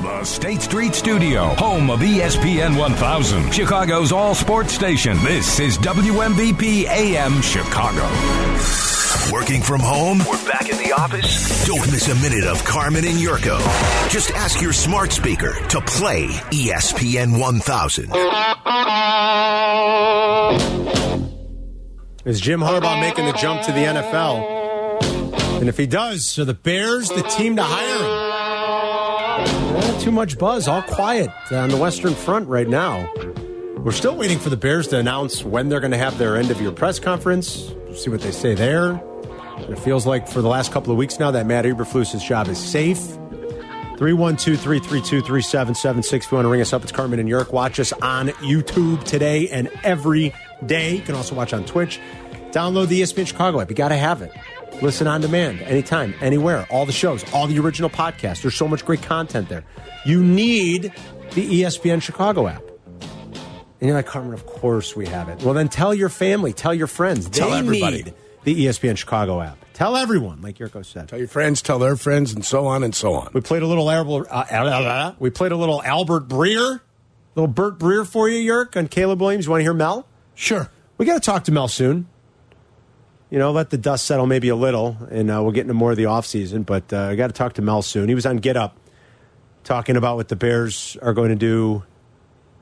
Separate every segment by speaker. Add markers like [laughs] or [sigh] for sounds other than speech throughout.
Speaker 1: The State Street Studio, home of
Speaker 2: E
Speaker 1: ESPN 1000, Chicago's all sports station. This is WMVP AM Chicago.
Speaker 2: Working from home?
Speaker 3: We're back in the office.
Speaker 2: Don't miss a minute of Carmen and Yurko. Just ask your smart speaker to play E ESPN 1000.
Speaker 4: Is Jim Harbaugh making the jump to the NFL? And if he does, are the Bears the team to hire him? Not too much buzz, all quiet on the Western Front right now. We're still waiting for the Bears to announce when they're going to have their end of year press conference. We'll see what they say there. And it feels like for the last couple of weeks now that Matt Eberflus's job is safe. 312 332 3776. If you want to ring us up, it's Carmen and York. Watch us on YouTube today and every day. You can also watch on Twitch. Download the E ESPN Chicago app. You got to have it. Listen on demand, anytime, anywhere. All the shows, all the original podcasts. There's so much great content there. You need the E ESPN Chicago app. And you're like, Carmen, of course we have it. Well, then tell your family, tell your friends.
Speaker 5: Tell
Speaker 4: They
Speaker 5: everybody.
Speaker 4: need the E ESPN Chicago app. Tell everyone, like Yurko said.
Speaker 5: Tell your friends, tell their friends, and so on and so on.
Speaker 4: We played a little Albert. Uh, uh, uh, we played a little Albert Breer, little Bert Breer for you, Yerk, and Caleb Williams. You want to hear Mel?
Speaker 5: Sure.
Speaker 4: We got to talk to Mel soon. You know, let the dust settle maybe a little, and uh, we'll get into more of the offseason. But uh, I got to talk to Mel soon. He was on Get Up talking about what the Bears are going to do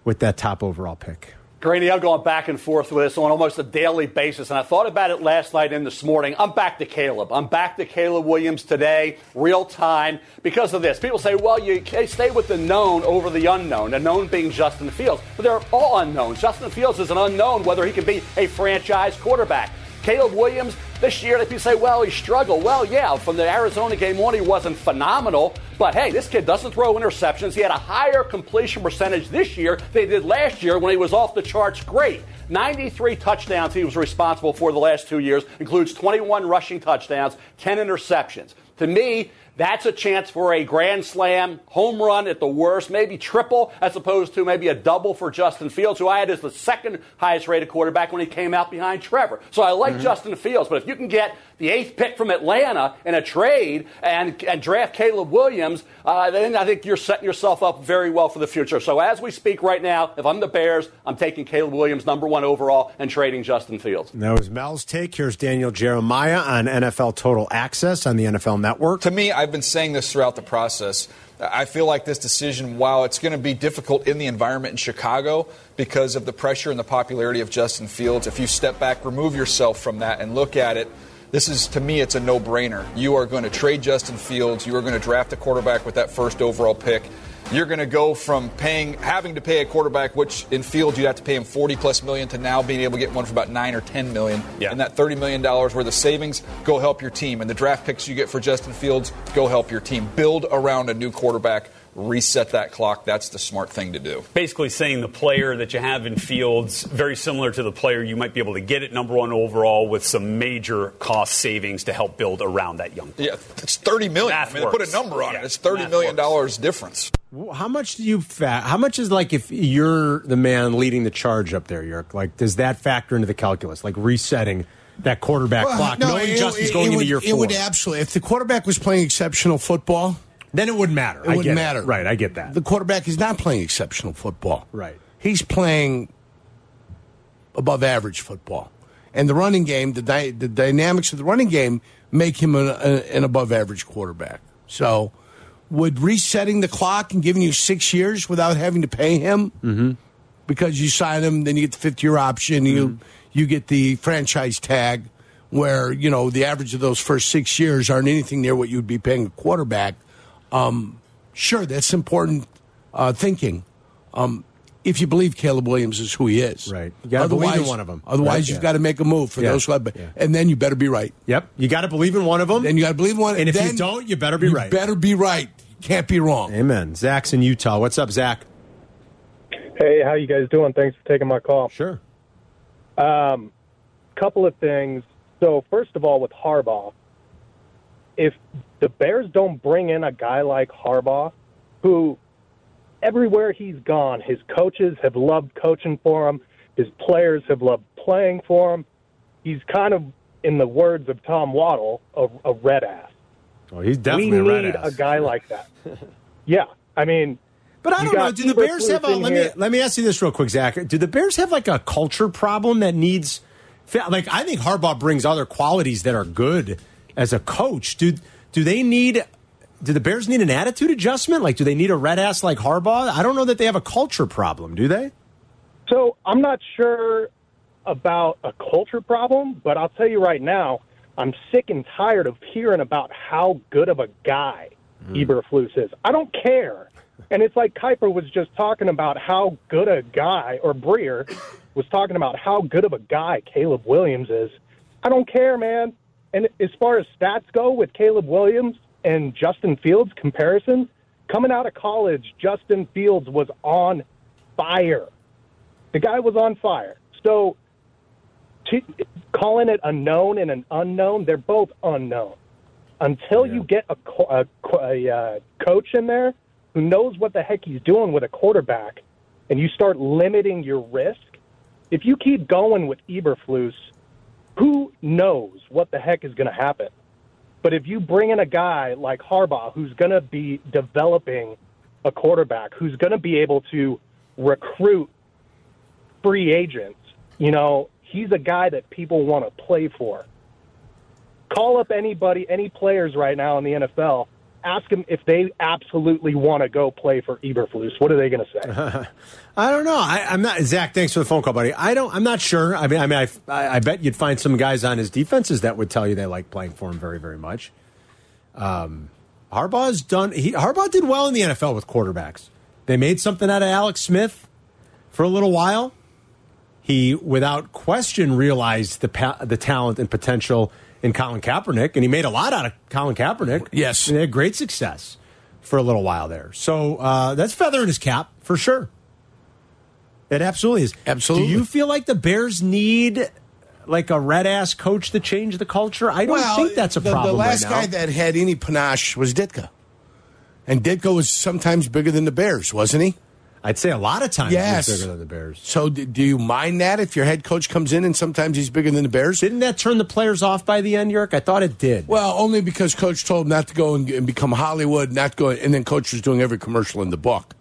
Speaker 4: with that top overall pick.
Speaker 6: Greeny, I'm going back and forth with this on almost a daily basis, and I thought about it last night and this morning. I'm back to Caleb. I'm back to Caleb Williams today, real time, because of this. People say, well, you can't stay with the known over the unknown, the known being Justin Fields. But they're all unknowns. Justin Fields is an unknown whether he can be a franchise quarterback. Caleb Williams, this year, if you say, well, he struggled, well, yeah, from the Arizona game on, he wasn't phenomenal. But hey, this kid doesn't throw interceptions. He had a higher completion percentage this year than he did last year when he was off the charts great. 93 touchdowns he was responsible for the last two years, includes 21 rushing touchdowns, 10 interceptions. To me, that's a chance for a grand slam, home run at the worst, maybe triple, as opposed to maybe a double for Justin Fields, who I had as the second highest rated quarterback when he came out behind Trevor. So I like Justin Fields, but if you can get the eighth pick from Atlanta in a trade and, and draft Caleb Williams, uh, then I think you're setting yourself up very well for the future. So as we speak right now, if I'm the Bears, I'm taking Caleb Williams number one overall and trading Justin Fields.
Speaker 4: And that was Mel's take. Here's Daniel Jeremiah on NFL Total Access on the NFL Network.
Speaker 7: To me, I've been saying this throughout the process. I feel like this decision, while it's going to be difficult in the environment in Chicago because of the pressure and the popularity of Justin Fields, if you step back, remove yourself from that, and look at it, this is, to me, it's a no brainer. You are going to trade Justin Fields. You are going to draft a quarterback with that first overall pick. You're going to go from paying, having to pay a quarterback, which in Fields you'd have to pay him 40 plus million, to now being able to get one for about nine or 10 million.
Speaker 5: Yeah.
Speaker 7: And that $30 million worth of savings, go help your team. And the draft picks you get for Justin Fields, go help your team. Build around a new quarterback, reset that clock. That's the smart thing to do.
Speaker 8: basically saying the player that you have in Fields, very similar to the player you might be able to get at number one overall with some major cost savings to help build around that young player.
Speaker 7: Yeah, it's 30 million.
Speaker 8: Math
Speaker 7: I mean, they put
Speaker 8: works.
Speaker 7: a number on
Speaker 8: Yeah,
Speaker 7: it. It's 30
Speaker 8: math
Speaker 7: million
Speaker 8: works.
Speaker 7: dollars difference.
Speaker 4: How much do you fa- How much is like if you're the man leading the charge up there, Yerk? Like, does that factor into the calculus? Like resetting that quarterback
Speaker 5: Well,
Speaker 4: clock,
Speaker 5: no,
Speaker 4: knowing
Speaker 5: it-
Speaker 4: Justin's
Speaker 5: it-
Speaker 4: going
Speaker 5: it
Speaker 4: into
Speaker 5: would-
Speaker 4: year
Speaker 5: It
Speaker 4: four,
Speaker 5: would absolutely. If the quarterback was playing exceptional football,
Speaker 4: then it wouldn't matter.
Speaker 5: it
Speaker 4: I
Speaker 5: wouldn't
Speaker 4: get
Speaker 5: matter.
Speaker 4: Right, I get that.
Speaker 5: The quarterback is not playing exceptional football.
Speaker 4: Right.
Speaker 5: He's playing above average football. And the running game, the, dy- the dynamics of the running game make him an, a, an above average quarterback. So, would resetting the clock and giving you six years without having to pay him
Speaker 4: Mm-hmm.
Speaker 5: because you sign him, then you get the fifth year option, you
Speaker 4: Mm-hmm.
Speaker 5: you get the franchise tag, where you know the average of those first six years aren't anything near what you'd be paying a quarterback. Um, sure, that's important uh, thinking. Um, if you believe Caleb Williams is who he is,
Speaker 4: Right. You gotta believe in one of 'em,
Speaker 5: Otherwise,
Speaker 4: right?
Speaker 5: you've
Speaker 4: Yeah.
Speaker 5: got to make a move for
Speaker 4: Yeah.
Speaker 5: those who have,
Speaker 4: Yeah.
Speaker 5: and then you better be right.
Speaker 4: Yep, you got to believe in one of them.
Speaker 5: Then you got to believe one.
Speaker 4: And if you
Speaker 5: then
Speaker 4: don't, you better be right.
Speaker 5: Better be right. Can't be wrong.
Speaker 4: Amen. Zach's in Utah. What's up, Zach?
Speaker 9: Hey, how you guys doing? Thanks for taking my call.
Speaker 4: Sure.
Speaker 9: Um, couple of things. So first of all, with Harbaugh, if the Bears don't bring in a guy like Harbaugh, who everywhere he's gone, his coaches have loved coaching for him, his players have loved playing for him. He's kind of, in the words of Tom Waddle, a, a red ass.
Speaker 4: Well, Oh, he's definitely
Speaker 9: we
Speaker 4: a red
Speaker 9: need
Speaker 4: ass. [laughs]
Speaker 9: a guy like that. yeah, I mean,
Speaker 4: But I
Speaker 9: you
Speaker 4: don't know.
Speaker 9: got
Speaker 4: Do the Bears
Speaker 9: Eberflus
Speaker 4: have a?
Speaker 9: in
Speaker 4: Let me
Speaker 9: here.
Speaker 4: let me ask you this real quick, Zach. Do the Bears have like a culture problem that needs? fi- Like I think Harbaugh brings other qualities that are good as a coach. Do do they need? Do the Bears need an attitude adjustment? Like, do they need a red ass like Harbaugh? I don't know that they have a culture problem. Do they?
Speaker 9: So I'm not sure about a culture problem, but I'll tell you right now, I'm sick and tired of hearing about how good of a guy
Speaker 4: Mm-hmm.
Speaker 9: Eberflus is. I don't care. And it's like Kuiper was just talking about how good a guy, or Breer was talking about how good of a guy Caleb Williams is. I don't care, man. And as far as stats go with Caleb Williams and Justin Fields comparisons, coming out of college, Justin Fields was on fire. The guy was on fire. So to, calling it a known and an unknown, they're both unknown. Until you get a, co- a, co- a uh, coach in there who knows what the heck he's doing with a quarterback and you start limiting your risk, if you keep going with Eberflus, who knows what the heck is going to happen? But if you bring in a guy like Harbaugh who's going to be developing a quarterback, who's going to be able to recruit free agents. You know, he's a guy that people want to play for. Call up anybody, any players right now in the NFL. Ask them if they absolutely want to go play for Eberflus. What are they going to say?
Speaker 4: I don't know. I, I'm not Zach. Thanks for the phone call, buddy. I don't. I'm not sure. I mean, I mean, I, I, I bet you'd find some guys on his defenses that would tell you they like playing for him very, very much. Um, Harbaugh's done. He, Harbaugh did well in the NFL with quarterbacks. They made something out of Alex Smith for a little while. He, without question, realized the pa- the talent and potential in Colin Kaepernick, and he made a lot out of Colin Kaepernick.
Speaker 5: Yes.
Speaker 4: and they had great success for a little while there. So uh, that's feather in his cap for sure. It absolutely is.
Speaker 5: Absolutely.
Speaker 4: Do you feel like the Bears need like a red ass coach to change the culture? I don't think that's a
Speaker 5: the,
Speaker 4: problem.
Speaker 5: The last
Speaker 4: right now.
Speaker 5: guy that had any panache was Ditka, and Ditka was sometimes bigger than the Bears, wasn't he?
Speaker 4: I'd say a lot of times
Speaker 5: Yes.
Speaker 4: he's bigger than the Bears.
Speaker 5: So d- do you mind that if your head coach comes in and sometimes he's bigger than the Bears?
Speaker 4: Didn't that turn the players off by the end, Yerk? I thought it did.
Speaker 5: Well, only because coach told him not to go and, and become Hollywood, not go, and then coach was doing every commercial in the book.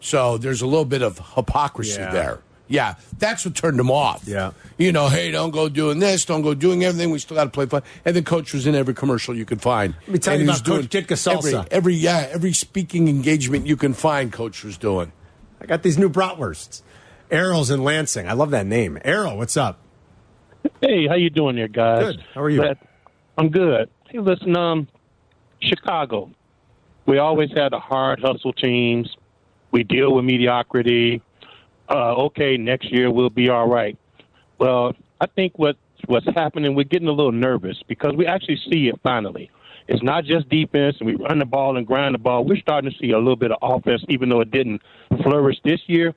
Speaker 5: So there's a little bit of hypocrisy
Speaker 4: Yeah.
Speaker 5: there. Yeah, that's what turned him off.
Speaker 4: Yeah.
Speaker 5: you know, hey, don't go doing this, don't go doing everything. We still got to play fun. And then coach was in every commercial you could find.
Speaker 4: Let me tell
Speaker 5: And
Speaker 4: you
Speaker 5: he
Speaker 4: about
Speaker 5: was
Speaker 4: Coach Ditka
Speaker 5: every-
Speaker 4: Salsa.
Speaker 5: Every yeah, every speaking engagement you can find, coach was doing.
Speaker 4: I got these new bratwursts. Arrows in Lansing. I love that name. Arrow, what's up?
Speaker 3: Hey, how you doing there, guys?
Speaker 4: Good. How are you?
Speaker 3: Brett, I'm good. Hey, listen, um, Chicago. We always had the hard hustle teams. We deal with mediocrity. Uh, okay, next year we'll be all right. Well, I think what what's happening, we're getting a little nervous because we actually see it finally. It's not just defense, and we run the ball and grind the ball. We're starting to see a little bit of offense, even though it didn't flourish this year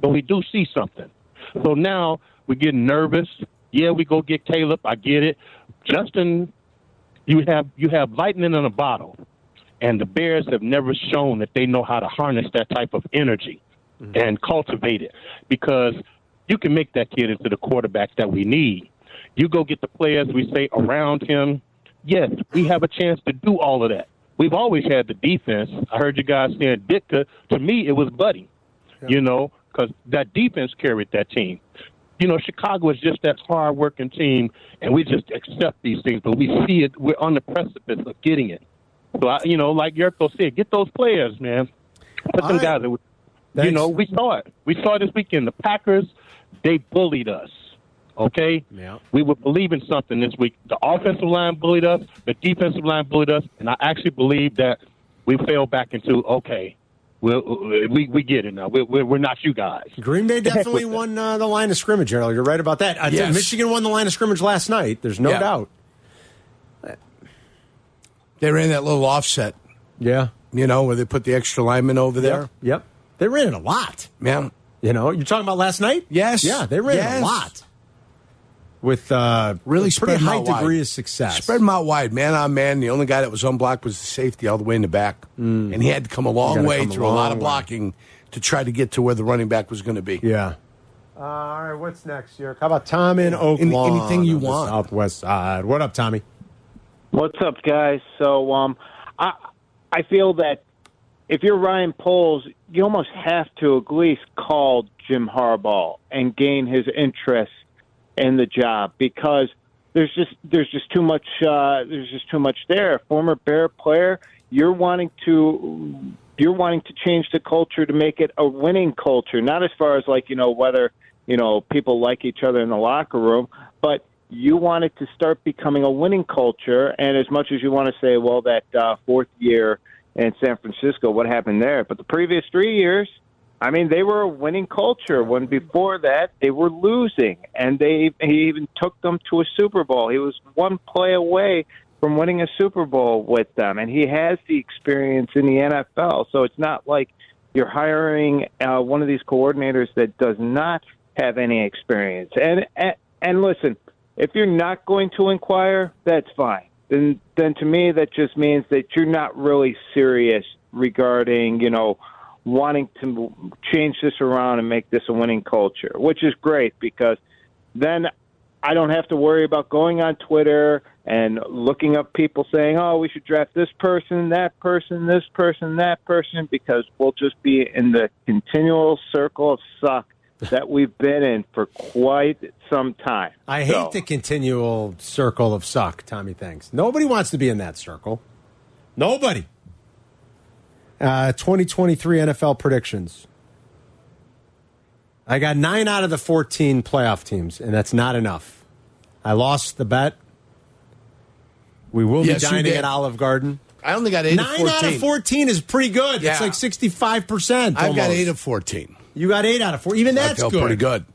Speaker 3: but we do see something. So now we get nervous. Yeah, we go get Caleb. I get it. Justin, you have you have lightning in a bottle, and the Bears have never shown that they know how to harness that type of energy and cultivate it because you can make that kid into the quarterback that we need. You go get the players we say around him. Yes, we have a chance to do all of that. We've always had the defense. I heard you guys saying Ditka. To me, it was Buddy you know, because that defense carried that team. You know, Chicago is just that hard-working team, and we just accept these things, but we see it. We're on the precipice of getting it. So, I, you know, like Yurko said, get those players, man. Put
Speaker 4: All
Speaker 3: them
Speaker 4: right.
Speaker 3: guys. that-
Speaker 4: Thanks.
Speaker 3: You know, we saw it. We saw it this weekend. The Packers, they bullied us. Okay,
Speaker 4: Yeah.
Speaker 3: we were believing something this week. The offensive line bullied us. The defensive line bullied us, and I actually believe that we fell back into okay. We'll, we we get it now. We're, we're we're not you guys.
Speaker 4: Green Bay
Speaker 5: [laughs]
Speaker 4: definitely won uh, the line of scrimmage, Errol. You're right about that. Uh,
Speaker 5: Yes.
Speaker 4: Michigan won the line of scrimmage last night. There's no
Speaker 5: Yeah.
Speaker 4: doubt.
Speaker 5: They ran that little offset,
Speaker 4: Yeah.
Speaker 5: you know, where they put the extra lineman over there.
Speaker 4: Yep. Yep. They ran it a lot.
Speaker 5: Man,
Speaker 4: You know, you're talking about last night?
Speaker 5: Yes.
Speaker 4: Yeah, they ran
Speaker 5: Yes.
Speaker 4: a lot. With uh,
Speaker 5: really
Speaker 4: a
Speaker 5: spread
Speaker 4: pretty
Speaker 5: them
Speaker 4: high
Speaker 5: out
Speaker 4: degree
Speaker 5: wide.
Speaker 4: of success.
Speaker 5: Spread them out wide, man on man. The only guy that was unblocked was the safety all the way in the back, and he had to come a long
Speaker 4: Mm. gotta
Speaker 5: way
Speaker 4: come a
Speaker 5: through a lot
Speaker 4: long
Speaker 5: of
Speaker 4: way.
Speaker 5: blocking to try to get to where the running back was going to be.
Speaker 4: yeah. Uh, all right, what's next, Yerk? How about Tom in Oakland?
Speaker 5: anything you
Speaker 4: on the
Speaker 5: want.
Speaker 4: Southwest side. What up, Tommy?
Speaker 10: What's up, guys? So, um, I I feel that if you're Ryan Poles, you almost have to at least call Jim Harbaugh and gain his interest in the job because there's just there's just too much uh, there's just too much there. Former Bear player, you're wanting to you're wanting to change the culture to make it a winning culture, not as far as like you know whether you know people like each other in the locker room, but you want it to start becoming a winning culture. And as much as you want to say, well, that uh, fourth year in San Francisco, what happened there? But the previous three years, I mean, they were a winning culture. When before that, they were losing, and they he even took them to a Super Bowl. He was one play away from winning a Super Bowl with them, and he has the experience in the NFL. So it's not like you're hiring uh, one of these coordinators that does not have any experience. And and, and listen, if you're not going to inquire, that's fine. Then, then to me, that just means that you're not really serious regarding, you know, wanting to change this around and make this a winning culture, which is great because then I don't have to worry about going on Twitter and looking up people saying, oh, we should draft this person, that person, this person, that person, because we'll just be in the continual circle of suck that we've been in for quite some time.
Speaker 4: I hate the continual circle of suck, Tommy. Thanks. Nobody wants to be in that circle. Nobody. Uh, 2023 NFL predictions. I got nine out of the 14 playoff teams, and that's not enough. I lost the bet. We will
Speaker 5: Yes,
Speaker 4: be
Speaker 5: you
Speaker 4: dining
Speaker 5: did.
Speaker 4: at Olive Garden.
Speaker 5: I only got eight.
Speaker 4: Nine out of 14 is pretty good.
Speaker 5: Yeah.
Speaker 4: It's like 65%.
Speaker 5: I've got
Speaker 4: almost.
Speaker 5: eight of fourteen.
Speaker 4: You got eight out of four. Even
Speaker 5: I
Speaker 4: that's
Speaker 5: feel
Speaker 4: good.
Speaker 5: pretty good.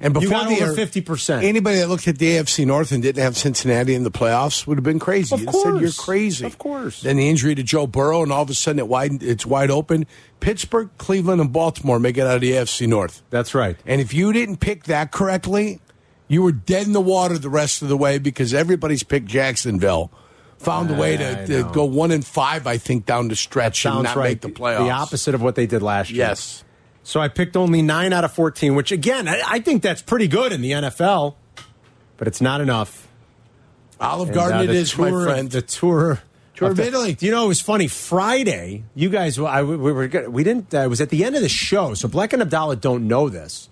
Speaker 5: And
Speaker 4: You
Speaker 5: before
Speaker 4: got
Speaker 5: the er-
Speaker 4: over
Speaker 5: year-
Speaker 4: 50%.
Speaker 5: Anybody that looked at the AFC North and didn't have Cincinnati in the playoffs would have been crazy.
Speaker 4: Of
Speaker 5: You'd have said you're
Speaker 4: course.
Speaker 5: crazy.
Speaker 4: Of course.
Speaker 5: Then the injury to Joe Burrow, and all of a sudden it widened, it's wide open. Pittsburgh, Cleveland, and Baltimore make it out of the AFC North.
Speaker 4: That's right.
Speaker 5: And if you didn't pick that correctly, you were dead in the water the rest of the way because everybody's picked Jacksonville. Found a way
Speaker 4: I
Speaker 5: to, to
Speaker 4: know.
Speaker 5: go one and five, I think, down the stretch and
Speaker 4: Sounds
Speaker 5: not
Speaker 4: right.
Speaker 5: make the playoffs.
Speaker 4: The opposite of what they did last year.
Speaker 5: Yes.
Speaker 4: So I picked only nine out of 14, which again, I, I think that's pretty good in the NFL, but it's not enough.
Speaker 5: Olive
Speaker 4: And,
Speaker 5: Garden
Speaker 4: uh,
Speaker 5: it
Speaker 4: the
Speaker 5: is, my
Speaker 4: tour-
Speaker 5: friend.
Speaker 4: The tour.
Speaker 5: Tour of
Speaker 4: the-
Speaker 5: Italy.
Speaker 4: Do you know it was funny? Friday, you guys, I, we were good. we didn't. Uh, it was at the end of the show, so Black and Abdallah don't know this.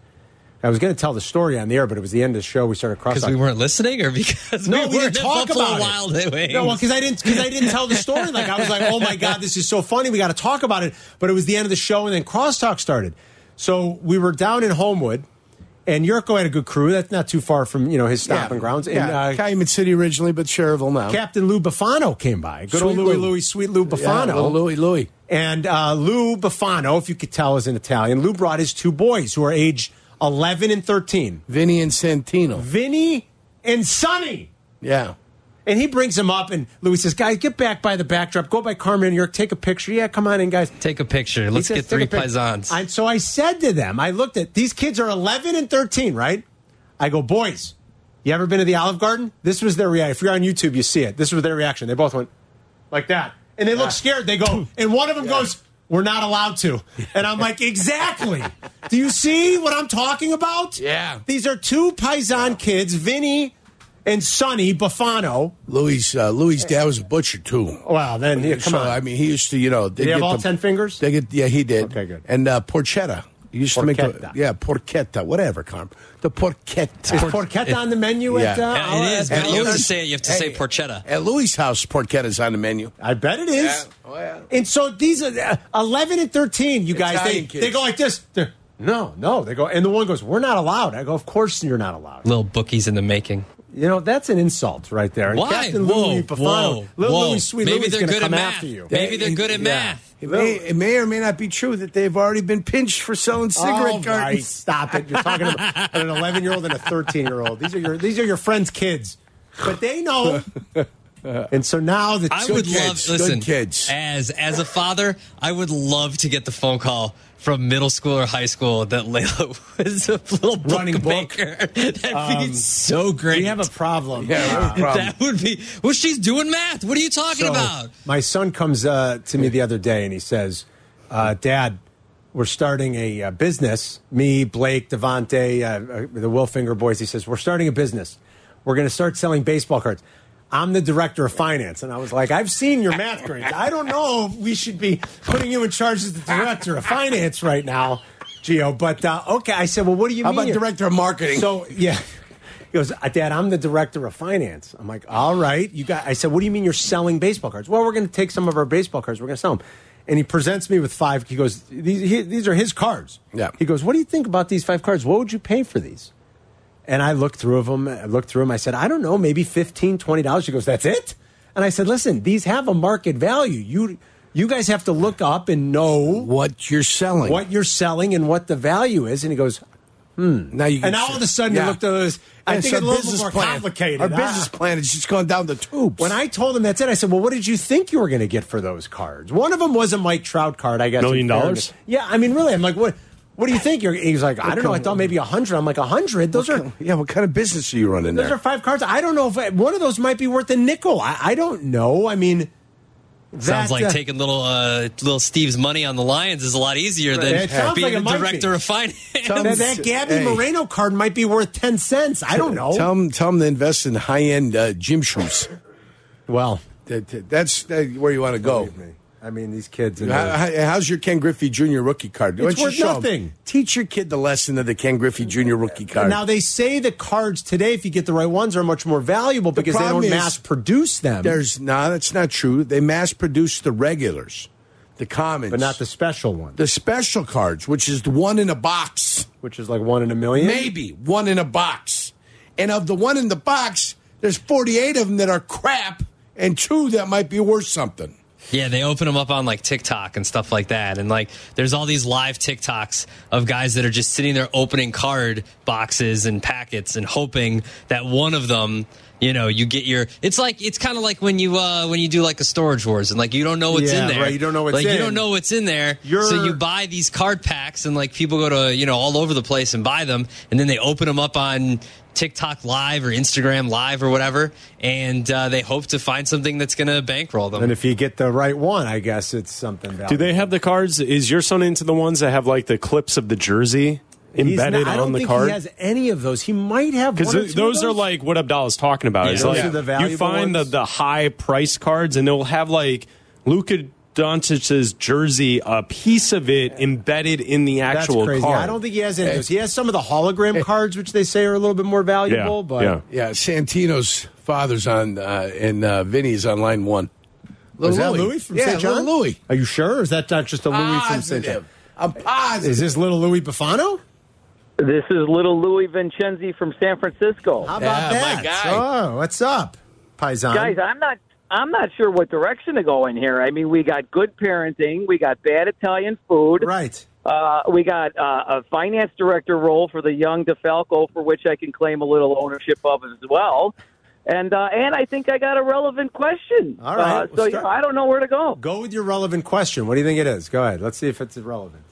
Speaker 4: I was going to tell the story on the air, but it was the end of the show. We started crossing.
Speaker 11: Because we weren't listening, or because
Speaker 4: No, we,
Speaker 11: we were
Speaker 4: didn't talk about
Speaker 11: Wild
Speaker 4: it.
Speaker 11: Wings?
Speaker 4: No, well, because I didn't because I didn't tell the story. Like I was like, oh my
Speaker 11: [laughs]
Speaker 4: god, this is so funny. We got to talk about it. But it was the end of the show, and then crosstalk started. So we were down in Homewood, and Yurko had a good crew. That's not too far from you know his stomping grounds. And
Speaker 5: yeah.
Speaker 4: uh,
Speaker 5: Calumet City originally, but Cherville now.
Speaker 4: Captain Lou Buffano came by. Good old
Speaker 5: Sweet
Speaker 4: Louis
Speaker 5: Lou.
Speaker 4: Louis, sweet Lou Buffano.
Speaker 5: little Louis Louis.
Speaker 4: And uh, Lou Buffano, if you could tell, is an Italian. Lou brought his two boys, who are age eleven and thirteen,
Speaker 5: Vinny and Santino.
Speaker 4: Vinny and Sonny.
Speaker 5: Yeah.
Speaker 4: And he brings him up, and Louis says, "Guys, get back by the backdrop. Go by Carmen and York. Take a picture. Yeah, come on in, guys.
Speaker 11: Take a picture.
Speaker 4: He
Speaker 11: Let's
Speaker 4: says,
Speaker 11: get
Speaker 4: "Take
Speaker 11: three
Speaker 4: a pic."
Speaker 11: paisans.
Speaker 4: And so I said to them, I looked at these kids are 11 and 13, right? I go, boys, you ever been to the Olive Garden? This was their reaction. If you're on YouTube, you see it. This was their reaction. They both went like that, and they look scared. They
Speaker 5: [laughs]
Speaker 4: go, and one of them goes. We're not allowed to. And I'm like, exactly. Do you see what I'm talking about?
Speaker 5: Yeah.
Speaker 4: These are two Paisan kids, Vinny and Sonny Buffano.
Speaker 5: Louis uh, Louis' dad was a butcher too.
Speaker 4: Well, then, yeah, come
Speaker 5: so,
Speaker 4: on.
Speaker 5: I mean, he used to, you know, they
Speaker 4: Did he have all 10 fingers?
Speaker 5: They get, yeah, he did.
Speaker 4: Okay, good.
Speaker 5: And uh, porchetta. He used to make, the,
Speaker 4: Porchetta.
Speaker 5: yeah, porchetta, whatever, Carm. The porchetta.
Speaker 4: Is porchetta on the menu at?
Speaker 5: Yeah.
Speaker 4: Uh,
Speaker 11: Yeah,
Speaker 4: our-
Speaker 11: it is,
Speaker 4: at
Speaker 11: but you have to
Speaker 4: Louis?
Speaker 11: say it. You have to say
Speaker 5: Hey.
Speaker 11: porchetta.
Speaker 5: At Louis' house, porchetta's on the menu.
Speaker 4: I bet it is.
Speaker 5: Yeah. Oh, yeah.
Speaker 4: And so these are uh, eleven and thirteen. You guys, they,
Speaker 5: Italian kids.
Speaker 4: they go like this. They're, no, no, they go, and the one goes, "We're not allowed." I go, "Of course you're not allowed."
Speaker 11: Little bookies in the making.
Speaker 4: You know that's an insult right there. And
Speaker 11: Why?
Speaker 4: Captain
Speaker 11: whoa,
Speaker 4: Louis Buffalo,
Speaker 11: whoa,
Speaker 4: little
Speaker 11: whoa.
Speaker 4: Louis Sweet
Speaker 11: Maybe
Speaker 4: Louis
Speaker 11: they're
Speaker 4: going to
Speaker 11: good
Speaker 4: come
Speaker 11: at
Speaker 4: after
Speaker 11: math.
Speaker 4: you.
Speaker 11: Maybe they're good at
Speaker 5: Yeah.
Speaker 11: math.
Speaker 5: It may, it may or may not be true that they've already been pinched for selling cigarette
Speaker 4: All right,
Speaker 5: cartons.
Speaker 4: stop it! You're talking about an 11 year old and a 13 year old. These are your these are your friends' kids, but they
Speaker 5: [laughs]
Speaker 4: know. and so now the
Speaker 11: I
Speaker 4: two
Speaker 11: would
Speaker 5: kids,
Speaker 11: love listen
Speaker 5: good kids.
Speaker 11: as as a father, I would love to get the phone call from middle school or high school that Layla [laughs] was a little
Speaker 4: Running book.
Speaker 11: bookmaker. [laughs] That'd be so great.
Speaker 4: we have a problem.
Speaker 5: Yeah, no problem.
Speaker 11: That would be well. She's doing math. What are you talking
Speaker 4: So,
Speaker 11: about?
Speaker 4: My son comes uh, to me the other day and he says, uh, "Dad, we're starting a uh, business. Me, Blake, Devante, uh, uh, the Wilfinger boys." He says, "We're starting a business. We're going to start selling baseball cards." I'm the director of finance. And I was like, I've seen your math grades. I don't know if we should be putting you in charge as the director of finance right now, Gio. But uh, okay, I said, well, what do you
Speaker 5: How
Speaker 4: mean?
Speaker 5: about director of marketing?
Speaker 4: So yeah. He goes, "Uh, Dad, I'm the director of finance. I'm like, all right. You got I said, what do you mean you're selling baseball cards? Well, we're going to take some of our baseball cards. We're going to sell them. And he presents me with five. He goes, these, he, these are his cards. Yeah. He goes, what do you think about these five cards? What would you pay for these? And I looked through of them. I looked through them. I said, I don't know, maybe $15, $20. She goes, that's it? And I said, listen, these have a market value. You you guys have to look up and know what you're selling. What you're selling and what the value is. And he goes, hmm.
Speaker 5: Now you
Speaker 4: and all of a sudden you looked at those. I think it's a little bit more complicated.
Speaker 5: Our
Speaker 4: I-
Speaker 5: business plan has just
Speaker 4: [laughs]
Speaker 5: gone down the tubes.
Speaker 4: when I told him that's it, I said, "Well, what did you think you were going to get for those cards?" One of them was a Mike Trout card, I guess.
Speaker 12: Million
Speaker 4: in fairness.
Speaker 12: dollars?
Speaker 4: Yeah, I mean, really, I'm like, "What? What do you think?" You're, he's like, "I don't know. I thought maybe a hundred. I'm like, "A hundred? Those are
Speaker 5: yeah. What kind of business are you running
Speaker 4: those
Speaker 5: there?
Speaker 4: are five cards. I don't know if I, one of those might be worth a nickel. I, I don't know. I mean,
Speaker 11: Sounds
Speaker 4: that,
Speaker 11: like
Speaker 4: uh,
Speaker 11: taking little uh, little Steve's money on the Lions is a lot easier
Speaker 4: It
Speaker 11: than
Speaker 4: sounds
Speaker 11: being
Speaker 4: like it
Speaker 11: the
Speaker 4: might
Speaker 11: director
Speaker 4: be.
Speaker 11: of finance.
Speaker 4: that, that Gabby
Speaker 5: Hey.
Speaker 4: Moreno card might be worth ten cents. I don't know.
Speaker 5: Tell them, tell them to invest in high end uh, gym shoes.
Speaker 4: well,
Speaker 5: That, that- that's that, where you want to go.
Speaker 4: believe me. I mean, these kids. and
Speaker 5: How,
Speaker 4: their-
Speaker 5: how- how's your Ken Griffey Jr. rookie card? Why don't you
Speaker 4: worth
Speaker 5: show 'em?
Speaker 4: nothing.
Speaker 5: Teach your kid the lesson of the Ken Griffey Jr. rookie card.
Speaker 4: Now they say the cards today, if you get the right ones, are much more valuable because they
Speaker 5: problem
Speaker 4: don't
Speaker 5: is-
Speaker 4: mass produce them,
Speaker 5: There's no, that's not true. They mass produce the regulars, the commons,
Speaker 4: but not the special ones,
Speaker 5: the special cards, which is the one in a box.
Speaker 4: which is like one in a million.
Speaker 5: Maybe one in a box. And of the one in the box, there's 48 of them that are crap and two that might be worth something.
Speaker 11: Yeah, they open them up on like TikTok and stuff like that. And like, there's all these live TikToks of guys that are just sitting there opening card boxes and packets and hoping that one of them, you know, you get your. It's like it's kind of like when you uh when you do like a storage wars and like you don't know what's
Speaker 4: Yeah,
Speaker 11: in there.
Speaker 4: right, you don't know what's
Speaker 11: like you
Speaker 4: in.
Speaker 11: don't know what's in there.
Speaker 4: You're-
Speaker 11: So you buy these card packs and like people go to you know all over the place and buy them and then they open them up on. TikTok live or Instagram live or whatever, and uh, they hope to find something that's going to bankroll them.
Speaker 4: And if you get the right one, I guess it's something valuable.
Speaker 13: Do they have the cards? Is your son into the ones that have like the clips of the jersey
Speaker 4: He's
Speaker 13: embedded
Speaker 4: not- I don't
Speaker 13: on the
Speaker 4: think
Speaker 13: card?
Speaker 4: He has any of those. He might have
Speaker 13: Because
Speaker 4: one or
Speaker 13: those,
Speaker 4: two of
Speaker 13: are like what Abdallah's talking about.
Speaker 11: Yeah.
Speaker 13: It's
Speaker 11: Those
Speaker 13: like
Speaker 4: are the
Speaker 13: you
Speaker 4: valuable
Speaker 13: find the
Speaker 4: ones.
Speaker 13: the high price cards, and they'll have like Luka Doncic's jersey, a piece of it embedded in the
Speaker 4: That's
Speaker 13: actual Eh.
Speaker 4: crazy.
Speaker 13: card.
Speaker 4: I don't think he has any of those. He has some of the hologram cards, which they say are a little bit more valuable.
Speaker 13: Yeah,
Speaker 4: but
Speaker 13: yeah.
Speaker 5: Yeah, Santino's father's on, uh, and uh, Vinny's on line one. Little
Speaker 4: Oh, is that Louis from
Speaker 5: yeah,
Speaker 4: St. John?
Speaker 5: Little Louis.
Speaker 4: Are you sure? Or is that not just a Louis from St.
Speaker 5: Positive.
Speaker 4: John?
Speaker 5: I'm positive.
Speaker 4: Is this little Louis Bufano?
Speaker 14: This is little Louis Vincenzi from San Francisco.
Speaker 4: How about
Speaker 5: Yeah,
Speaker 4: that?
Speaker 5: my guy.
Speaker 4: Oh, what's up, Paisan?
Speaker 14: Guys, I'm not I'm not sure what direction to go in here. I mean, we got good parenting, we got bad Italian food.
Speaker 4: right.
Speaker 14: Uh, we got uh, a finance director role for the young DeFalco, for which I can claim a little ownership of as well. And uh, and I think I got a relevant question.
Speaker 4: All right,
Speaker 14: Uh,
Speaker 4: we'll
Speaker 14: so you
Speaker 4: start-
Speaker 14: know, I don't know where to go.
Speaker 4: Go with your relevant question. What do you think it is? Go ahead. Let's see if it's relevant.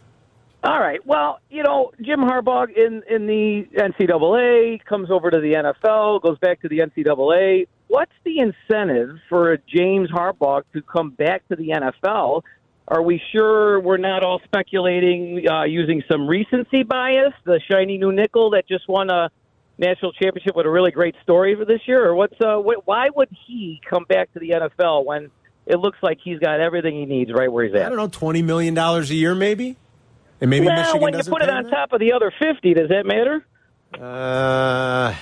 Speaker 14: All right. Well, you know, Jim Harbaugh in in the NCAA comes over to the NFL, goes back to the NCAA. What's the incentive for a James Harbaugh to come back to the NFL? Are we sure we're not all speculating uh, using some recency bias, the shiny new nickel that just won a national championship with a really great story for this year? Or what's uh, wh- why would he come back to the NFL when it looks like he's got everything he needs right where he's
Speaker 4: I
Speaker 14: at?
Speaker 4: don't know, twenty million dollars a year, maybe. And maybe
Speaker 14: well,
Speaker 4: Michigan
Speaker 14: when you
Speaker 4: doesn't
Speaker 14: put it
Speaker 4: pay
Speaker 14: on
Speaker 4: him
Speaker 14: top of the other 50, does that matter?
Speaker 4: that? Uh,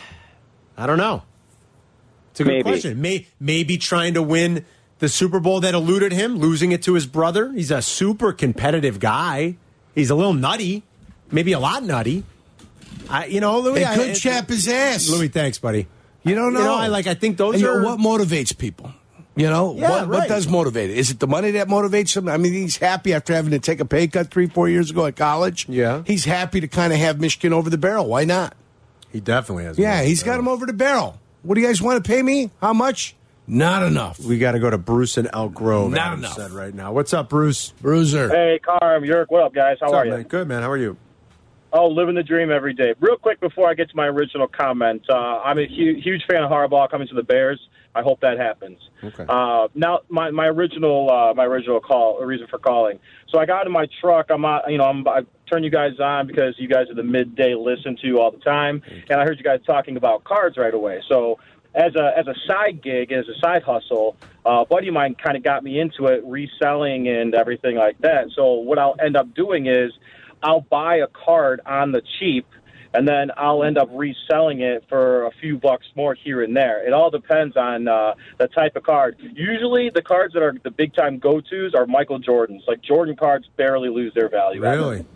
Speaker 4: I don't know. It's a good
Speaker 14: Maybe.
Speaker 4: question. May, maybe trying to win the Super Bowl that eluded him, losing it to his brother. He's a super competitive guy. He's a little nutty, maybe a lot nutty. I, you know, Louis.
Speaker 5: They
Speaker 4: I-
Speaker 5: could
Speaker 4: it-
Speaker 5: chap his ass.
Speaker 4: Louis, thanks, buddy.
Speaker 5: You don't know.
Speaker 4: You know, I like. I think those
Speaker 5: And, you know,
Speaker 4: are
Speaker 5: what motivates people. You know
Speaker 4: Yeah,
Speaker 5: what, what
Speaker 4: right.
Speaker 5: does motivate it? Is it the money that motivates him? I mean, he's happy after having to take a pay cut three, four years ago at college.
Speaker 4: Yeah.
Speaker 5: he's happy to kind of have Michigan over the barrel. Why not?
Speaker 4: He definitely has.
Speaker 5: Yeah,
Speaker 4: more
Speaker 5: he's
Speaker 4: talent.
Speaker 5: got him over the barrel. What do you guys want to pay me? How much? Not enough.
Speaker 4: We got to go to Bruce and Elk Grove.
Speaker 5: Not
Speaker 4: Adam
Speaker 5: enough.
Speaker 4: said right now. What's up, Bruce?
Speaker 5: Bruiser.
Speaker 15: Hey, Carm, Yerk, what up, guys? How
Speaker 4: What's
Speaker 15: are
Speaker 4: up,
Speaker 15: you?
Speaker 4: man? Good man. How are you?
Speaker 15: Oh, living the dream every day. Real quick before I get to my original comment, uh, I'm a hu- huge fan of Harbaugh coming to the Bears. I hope that happens.
Speaker 4: Okay.
Speaker 15: Uh, now, my, my original uh, my original call reason for calling. So I got in my truck. I'm out, you know I'm, I turn you guys on because you guys are the midday listen to all the time, and I heard you guys talking about cards right away. So as a as a side gig, as a side hustle, uh, a buddy of mine kind of got me into it, reselling and everything like that. So what I'll end up doing is I'll buy a card on the cheap, and then I'll end up reselling it for a few bucks more here and there. It all depends on uh, the type of card. Usually, the cards that are the big time go tos are Michael Jordans. Like Jordan cards barely lose their value.
Speaker 4: Really?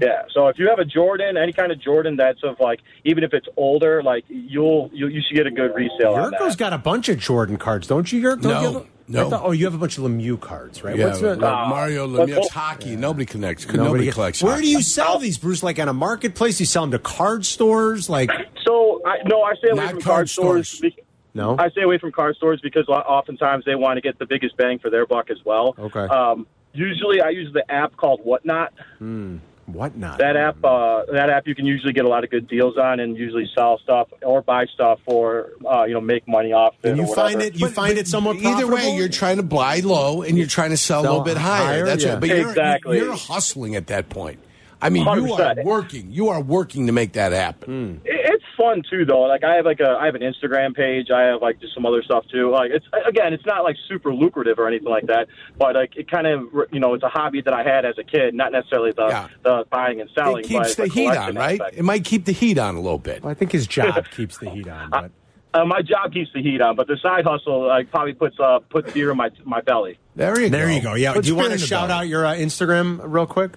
Speaker 15: Yeah. So if you have a Jordan, any kind of Jordan that's of like, even if it's older, like you'll you, you should get a good resale on that.
Speaker 4: Yurko's got a bunch of Jordan cards, don't you, Yurko?
Speaker 5: No,
Speaker 4: You have a-
Speaker 5: no.
Speaker 4: I thought- oh, you have a bunch of Lemieux cards, right? Oh.
Speaker 5: Yeah,
Speaker 4: the-
Speaker 5: like
Speaker 15: Oh.
Speaker 5: Mario Lemieux's hockey. Nobody connects. Nobody, collects.
Speaker 4: Where
Speaker 5: hockey.
Speaker 4: do you sell these, Bruce? Like on a marketplace? You sell them to card stores? Like
Speaker 15: So I no, I stay away from card stores. be-
Speaker 4: no?
Speaker 15: I stay away from card stores because o- oftentimes they want to get the biggest bang for their buck as well.
Speaker 4: Okay.
Speaker 15: Um, usually, I use the app called Whatnot.
Speaker 4: Hmm. Whatnot.
Speaker 15: That app, uh, that app, you can usually get a lot of good deals on, and usually sell stuff or buy stuff or uh, you know make money off it.
Speaker 5: And
Speaker 15: or
Speaker 5: you find
Speaker 15: whatever.
Speaker 5: it- you But- find but it somewhat either way, profitable? you're trying to buy low and you're trying to sell a
Speaker 15: Sell
Speaker 5: little bit higher.
Speaker 15: higher,
Speaker 5: That's
Speaker 15: yeah.
Speaker 5: right. But you're,
Speaker 15: Exactly.
Speaker 5: you're hustling at that point. I mean, you are
Speaker 15: 100%.
Speaker 5: working. You are working to make that
Speaker 4: Hmm.
Speaker 5: happen.
Speaker 15: It- It's fun too, though. Like I have like a I have an Instagram page. I have like just some other stuff too. Like it's again, it's not like super lucrative or anything like that, but like it kind of you know it's a hobby that I had as a kid, not necessarily the the buying and selling.
Speaker 5: It keeps
Speaker 15: but
Speaker 5: the heat on,
Speaker 15: collection
Speaker 5: right?
Speaker 15: aspect.
Speaker 5: It might keep the heat on a little bit.
Speaker 4: I think his job keeps the heat on. But
Speaker 15: Uh, my job keeps the heat on, but the side hustle like probably puts uh puts beer in my my belly.
Speaker 5: there you
Speaker 4: there
Speaker 5: go.
Speaker 4: you go. Yeah.
Speaker 15: Let's
Speaker 4: Do you want to
Speaker 15: spin it
Speaker 4: shout
Speaker 15: about
Speaker 4: out your uh, Instagram real quick?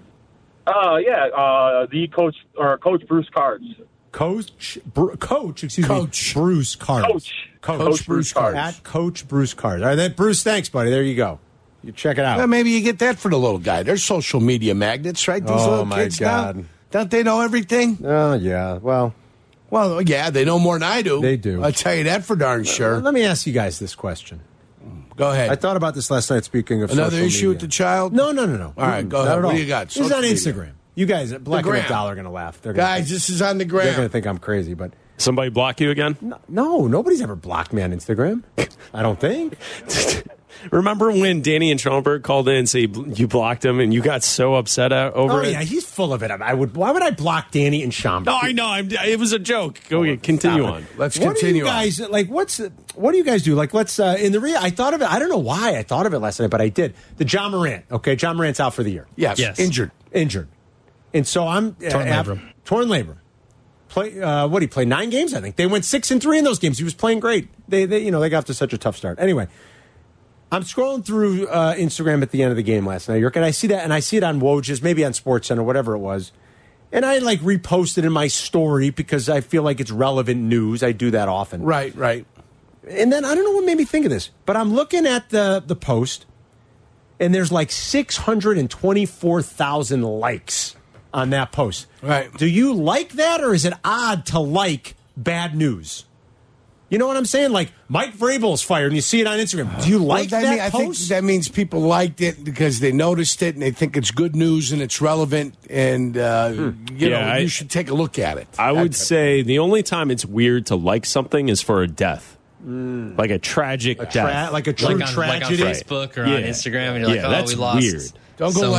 Speaker 15: Uh yeah, uh the coach or Coach Bruce Cards.
Speaker 4: Coach, Bru coach, excuse me, Bruce Cards.
Speaker 15: Coach. Coach Bruce Cards.
Speaker 4: At Coach Bruce Cards. All right, that Bruce. Thanks, buddy. There you go. You check it out.
Speaker 5: Well, maybe you get that for the little guy. They're social media magnets, right? These
Speaker 4: Oh,
Speaker 5: little
Speaker 4: my
Speaker 5: kids now.
Speaker 4: God.
Speaker 5: Don't they know everything?
Speaker 4: Oh yeah. Well,
Speaker 5: well, yeah. They know more than I do.
Speaker 4: They do.
Speaker 5: I'll tell you that for darn sure.
Speaker 4: Let me ask you guys this question.
Speaker 5: Go ahead.
Speaker 4: I thought about this last night. Speaking of
Speaker 5: Another
Speaker 4: social
Speaker 5: issue with
Speaker 4: media.
Speaker 5: the child?
Speaker 4: No, no, no, no.
Speaker 5: All
Speaker 13: Mm,
Speaker 5: right,
Speaker 4: Mm-mm,
Speaker 5: go
Speaker 4: not
Speaker 5: ahead.
Speaker 4: at
Speaker 5: What
Speaker 4: all.
Speaker 5: do you got?
Speaker 4: This is on
Speaker 5: Social media.
Speaker 4: Install. You guys, Black
Speaker 5: gram.
Speaker 4: and Abdal are going to laugh. They're gonna
Speaker 5: Guys, this is on the
Speaker 4: They're going
Speaker 5: gram.
Speaker 4: to think I'm crazy, but
Speaker 13: Somebody block you again?
Speaker 4: No, no, nobody's ever blocked me on Instagram. I don't think.
Speaker 13: [laughs] Remember when Danny and Schoenberg called in and say you blocked him and you got so upset uh, over
Speaker 4: oh
Speaker 13: it?
Speaker 4: yeah, he's full of it. I would. Why would I block Danny and Shamba?
Speaker 13: No, I know. I'm, it was a joke. Go ahead, continue on.
Speaker 4: what Do you guys like what's what do you guys do? Like what's uh, in the real? I thought of it. I don't know why I thought of it last night, but I did. The John Morant. Okay, John Morant's out for the year.
Speaker 5: Yes. Yes. Injured.
Speaker 4: Injured. And so I'm
Speaker 5: Torn
Speaker 4: ab-
Speaker 5: labrum.
Speaker 4: Torn labrum. Play uh, what he played nine games. I think they went six and three in those games. He was playing great. They, they you know they got off to such a tough start. Anyway, I'm scrolling through uh, Instagram at the end of the game last night, York, and I see that, and I see it on Woj's, maybe on SportsCenter, whatever it was. And I like repost it in my story because I feel like it's relevant news. I do that often.
Speaker 5: Right, right.
Speaker 4: And then I don't know what made me think of this, but I'm looking at the the post, and there's like 624,000 likes on that post. Right. Do you like that, or is it odd to like bad news? You know what I'm saying? Like Mike Vrabel's fired, and you see it on Instagram. Do you like
Speaker 5: Well,
Speaker 4: that,
Speaker 5: mean-
Speaker 4: post?
Speaker 5: I think that means people liked it because they noticed it and they think it's good news and it's relevant and uh, you know
Speaker 13: Yeah, I-
Speaker 5: you should take a look at it.
Speaker 13: I would say the only time it's weird to like something is for a death. Like a tragic death.
Speaker 4: like Mm. a true
Speaker 13: Right.
Speaker 4: tragedy.
Speaker 13: Right. Yeah.
Speaker 4: "Oh,
Speaker 13: Yeah, that's weird. Yeah.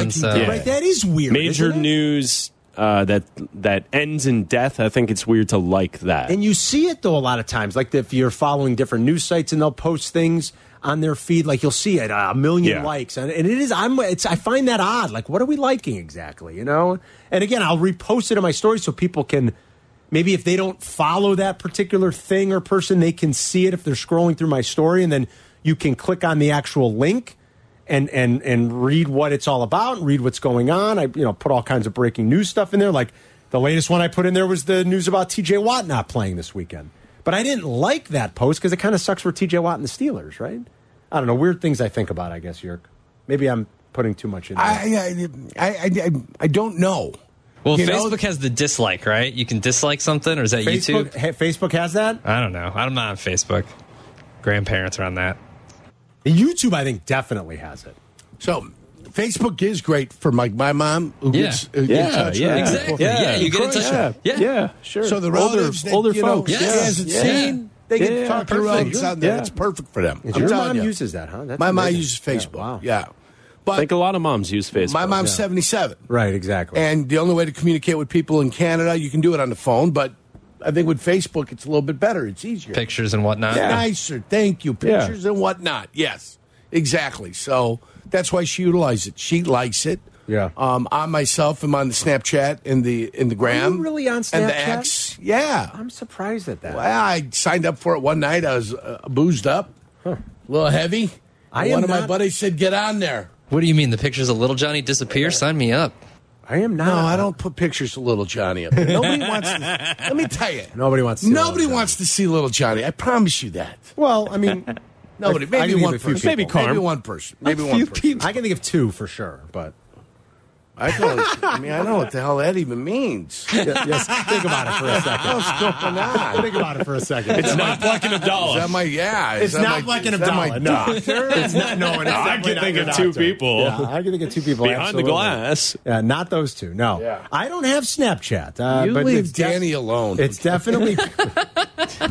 Speaker 4: Right, that is weird.
Speaker 13: Major
Speaker 4: isn't it?
Speaker 13: news uh, that that ends in death. I think it's weird to like that.
Speaker 4: And you see it though a lot of times. Like if you're following different news sites and they'll post things on their feed, like you'll see it uh, a million
Speaker 13: Yeah.
Speaker 4: likes, and, and it is. I'm. It's. I find that odd. Like, what are we liking exactly? You know. And again, I'll repost it in my story so people can. Maybe if they don't follow that particular thing or person, they can see it if they're scrolling through my story, and then you can click on the actual link and and and read what it's all about and read what's going on. I you know put all kinds of breaking news stuff in there. Like the latest one I put in there was the news about T.J. Watt not playing this weekend. But I didn't like that post because it kind of sucks for T.J. Watt and the Steelers, right? I don't know. Weird things I think about. I guess Yerk. Maybe I'm putting too much in. There.
Speaker 5: I, I, I, I, I don't know.
Speaker 11: Well,
Speaker 4: You know-
Speaker 11: Facebook has the dislike, right? You can dislike something, or is that
Speaker 4: Facebook,
Speaker 11: YouTube?
Speaker 4: ha- Facebook has that.
Speaker 11: I don't know. I'm not on Facebook. Grandparents are on that.
Speaker 4: YouTube, I think, definitely has it.
Speaker 5: So. Facebook is great for my my mom who
Speaker 11: Yeah.
Speaker 5: gets, uh, gets
Speaker 11: Yeah,
Speaker 5: in touch
Speaker 11: yeah.
Speaker 5: with people.
Speaker 11: Exactly. Yeah, Yeah, you get in touch with- yeah. yeah, sure.
Speaker 5: So the
Speaker 11: Older-
Speaker 5: relatives, that,
Speaker 11: older
Speaker 5: you know,
Speaker 11: folks,
Speaker 5: she
Speaker 11: yeah.
Speaker 5: hasn't
Speaker 11: Yeah.
Speaker 5: seen, they
Speaker 11: Yeah,
Speaker 5: can
Speaker 11: yeah,
Speaker 5: talk to their
Speaker 11: perfect.
Speaker 5: relatives on there.
Speaker 13: Yeah.
Speaker 5: It's perfect for them.
Speaker 13: Is
Speaker 5: I'm
Speaker 13: your
Speaker 5: telling
Speaker 13: mom
Speaker 5: you.
Speaker 13: uses that, huh? That's
Speaker 5: my mom
Speaker 13: amazing.
Speaker 5: uses
Speaker 13: Yeah,
Speaker 5: Facebook.
Speaker 13: wow.
Speaker 5: yeah.
Speaker 13: I think a lot of moms use Facebook.
Speaker 5: My mom's 77.
Speaker 4: Right, exactly.
Speaker 5: And the only way to communicate with people in Canada, you can do it on the phone, but I think with Facebook, it's a little bit better. It's easier.
Speaker 11: Pictures and whatnot.
Speaker 5: Yeah. Nicer. Thank you.
Speaker 11: Yeah.
Speaker 5: Pictures and whatnot. Yes, exactly. So that's why she utilizes it. She likes it.
Speaker 4: Yeah.
Speaker 5: Um, I myself am on the Snapchat and the in the gram.
Speaker 4: Are you really on Snapchat?
Speaker 5: And the X. Yeah.
Speaker 4: I'm surprised at that.
Speaker 5: Well, I signed up for it one night. I was uh, boozed up, a little heavy.
Speaker 11: I am
Speaker 5: one of my
Speaker 11: not-
Speaker 5: buddies said, "Get on there."
Speaker 11: What do you mean? The pictures of Little Johnny disappear? Sign me up.
Speaker 4: I am not.
Speaker 5: No, I don't put pictures of Little Johnny up. Nobody wants. To, let me tell you.
Speaker 4: Nobody wants. To see
Speaker 5: Nobody wants to see Little Johnny. I promise you that.
Speaker 4: Well, [laughs] I mean,
Speaker 5: [laughs] Nobody.
Speaker 4: I- I can
Speaker 5: Maybe
Speaker 4: think
Speaker 5: one
Speaker 4: of a few
Speaker 5: person.
Speaker 4: people.
Speaker 5: Maybe one person. Maybe
Speaker 4: A
Speaker 5: one
Speaker 4: few
Speaker 5: person.
Speaker 4: people. I can think of two for sure, but
Speaker 5: I, don't, I mean, I know what the hell that even [laughs] means.
Speaker 4: yes, think about it for a second.
Speaker 5: What's going on?
Speaker 4: Think about it for a second.
Speaker 5: It's
Speaker 13: not plucking a dollar.
Speaker 5: Is that my yeah? is
Speaker 4: It's
Speaker 5: that
Speaker 4: not
Speaker 5: my,
Speaker 4: plucking
Speaker 5: is
Speaker 4: a
Speaker 5: that
Speaker 4: dollar.
Speaker 5: My
Speaker 4: No.
Speaker 5: doctor?
Speaker 4: It's not. No,
Speaker 5: [laughs]
Speaker 4: it is
Speaker 13: I
Speaker 4: definitely
Speaker 13: can
Speaker 4: not
Speaker 13: think
Speaker 4: your
Speaker 13: of two
Speaker 4: doctor.
Speaker 13: people.
Speaker 4: Yeah, I can think of two people
Speaker 13: Behind the
Speaker 4: absolutely.
Speaker 13: glass.
Speaker 4: Yeah, not those two. No, I don't have Snapchat. Uh,
Speaker 5: You
Speaker 4: but
Speaker 5: leave
Speaker 4: it's def-
Speaker 5: Danny alone.
Speaker 4: It's definitely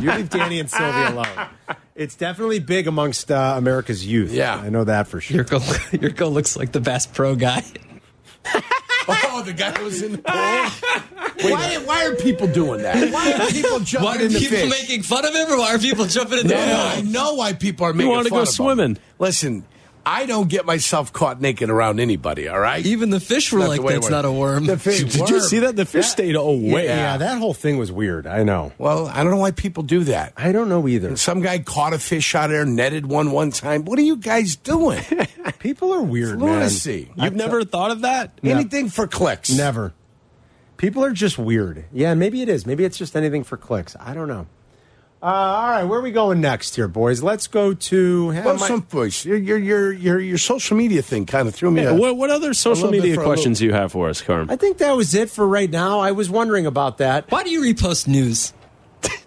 Speaker 4: [laughs] you [laughs] leave Danny and Sylvia alone. It's definitely big amongst uh, America's youth.
Speaker 5: Yeah.
Speaker 4: I know that for sure.
Speaker 11: Your girl, your girl looks like the best pro guy.
Speaker 5: oh, the guy was in the pool. why, why are people doing that? Why are people jumping
Speaker 11: Why are
Speaker 5: in the
Speaker 11: people
Speaker 5: fish?
Speaker 11: making fun of him, or why are people jumping in the
Speaker 5: No,
Speaker 11: pool?
Speaker 5: I know why people are making
Speaker 13: wanna
Speaker 5: fun
Speaker 13: go
Speaker 5: of 'em.
Speaker 13: swimming.
Speaker 5: Listen, I don't get myself caught naked around anybody. All right.
Speaker 11: Even the fish were
Speaker 5: Not
Speaker 11: like,
Speaker 5: the way it
Speaker 11: "That's
Speaker 5: works.
Speaker 11: not a worm."
Speaker 5: The fish
Speaker 13: Did you
Speaker 5: worm.
Speaker 13: see that? Oh, The fish stayed away.
Speaker 4: Yeah. that whole thing was weird. I know.
Speaker 5: Well, I don't know why people do that.
Speaker 4: I don't know either.
Speaker 5: And some guy caught a fish out of there, netted one one time. What are you guys doing?
Speaker 4: [laughs] People are weird,
Speaker 5: Lunacy.
Speaker 4: man.
Speaker 13: You've never thought of that?
Speaker 5: Anything for clicks.
Speaker 4: Never. People are just weird. Yeah, maybe it is. Maybe it's just anything for clicks. I don't know. Uh, all right, where are we going next here, boys? Let's go to.
Speaker 5: Well,
Speaker 4: Am I-
Speaker 5: some voice. Your your your your your social media thing kind of threw me.
Speaker 13: Yeah,
Speaker 5: off.
Speaker 13: What, what other social
Speaker 5: little bit
Speaker 13: media
Speaker 5: for a
Speaker 13: questions do you have for us, Carm?
Speaker 4: I think that was it for right now. I was wondering about that.
Speaker 11: Why do you repost news?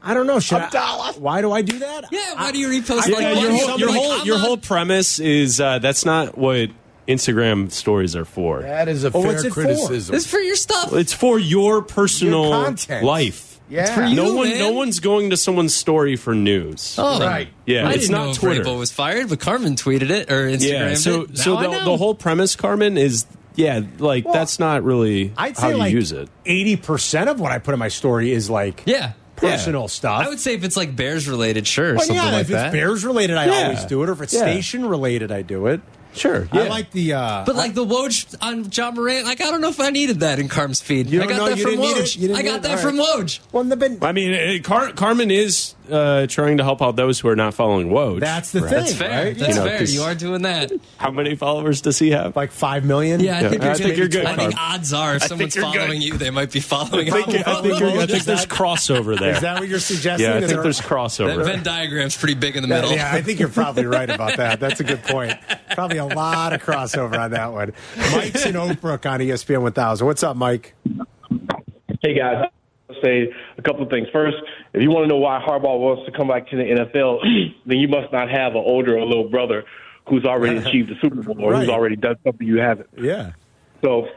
Speaker 4: I don't know. Should I,
Speaker 5: Abdallah.
Speaker 4: why do I do that?
Speaker 11: Yeah, why do you repost?
Speaker 4: I-
Speaker 11: like
Speaker 13: yeah,
Speaker 11: why
Speaker 13: your
Speaker 11: do
Speaker 13: whole,
Speaker 11: somebody-
Speaker 13: your
Speaker 11: like,
Speaker 13: whole,
Speaker 11: I'm
Speaker 13: your
Speaker 11: not-
Speaker 13: whole premise is uh, that's not what Instagram stories are for.
Speaker 5: That is a
Speaker 4: Well, what's
Speaker 5: fair
Speaker 4: it for?
Speaker 5: criticism.
Speaker 11: It's for your stuff.
Speaker 13: It's for your personal
Speaker 5: Your content.
Speaker 13: life.
Speaker 5: Yeah. It's for
Speaker 13: no
Speaker 11: you,
Speaker 13: one,
Speaker 11: man.
Speaker 13: no one's going to someone's story for news.
Speaker 11: Oh,
Speaker 5: Right.
Speaker 13: Yeah,
Speaker 11: I
Speaker 13: it's
Speaker 11: didn't
Speaker 13: not
Speaker 11: know if
Speaker 13: Twitter.
Speaker 11: Vrabel was fired, but Carmen tweeted it or Instagram.
Speaker 13: yeah, so
Speaker 11: it.
Speaker 13: so
Speaker 11: Now I
Speaker 13: the,
Speaker 11: know.
Speaker 13: the whole premise, Carmen, is yeah, like
Speaker 4: Well,
Speaker 13: that's not really
Speaker 4: I'd
Speaker 13: how
Speaker 4: say
Speaker 13: you
Speaker 4: like
Speaker 13: use it.
Speaker 4: eighty percent of what I put in my story is like
Speaker 11: yeah.
Speaker 4: personal stuff.
Speaker 11: I would say if it's like Bears related, sure, or
Speaker 4: Well,
Speaker 11: something
Speaker 4: Oh, yeah,
Speaker 11: like
Speaker 4: if
Speaker 11: that.
Speaker 4: it's Bears related, I
Speaker 13: Yeah.
Speaker 4: always do it. Or if it's
Speaker 13: Yeah.
Speaker 4: station related, I do it.
Speaker 13: Sure,
Speaker 4: I
Speaker 13: yeah.
Speaker 4: like the. Uh,
Speaker 11: But like the Woj on John Morant, like I don't know if I needed that in Carm's feed.
Speaker 4: You
Speaker 11: I
Speaker 4: don't
Speaker 11: got
Speaker 4: know-
Speaker 11: that
Speaker 4: you
Speaker 11: from
Speaker 4: didn't need it? You
Speaker 11: Woj.
Speaker 4: didn't
Speaker 11: I
Speaker 4: need
Speaker 11: got
Speaker 4: it?
Speaker 11: that
Speaker 4: All
Speaker 11: from Woj.
Speaker 4: well, they've been-
Speaker 13: I mean, it, Car- Carmen is uh, trying to help out those who are not following Woj.
Speaker 4: that's the
Speaker 13: Right.
Speaker 4: thing.
Speaker 11: That's fair.
Speaker 4: right?
Speaker 11: That's
Speaker 4: You know,
Speaker 11: fair.
Speaker 4: 'cause
Speaker 11: You are doing that.
Speaker 13: How many followers does he have?
Speaker 4: like five million.
Speaker 11: Yeah, I think,
Speaker 13: I
Speaker 11: you're,
Speaker 13: think you're good,
Speaker 11: I think
Speaker 13: Carm.
Speaker 11: odds are if
Speaker 13: think
Speaker 11: someone's
Speaker 13: you're good.
Speaker 11: following you, they might be following.
Speaker 13: I
Speaker 11: [laughs]
Speaker 13: think, I think, I think there's crossover there.
Speaker 4: Is that what you're suggesting?
Speaker 13: yeah, I
Speaker 4: Is
Speaker 13: think
Speaker 4: there-
Speaker 13: there's
Speaker 11: That
Speaker 13: crossover.
Speaker 11: Venn diagram's pretty big in the
Speaker 4: Yeah,
Speaker 11: middle.
Speaker 4: yeah, I think you're probably right about
Speaker 11: [laughs]
Speaker 4: that. That's a good point. Probably a lot of crossover on that one. Mike's in Oakbrook on E ESPN 1000. What's up, Mike?
Speaker 15: Hey guys, I'll say a couple of things. First, if you want to know why Harbaugh wants to come back to the NFL, [clears throat] then you must not have an older or little brother who's
Speaker 4: [laughs]
Speaker 15: already achieved the Super Bowl or
Speaker 4: Right.
Speaker 15: who's already done something you haven't.
Speaker 4: Yeah.
Speaker 15: So,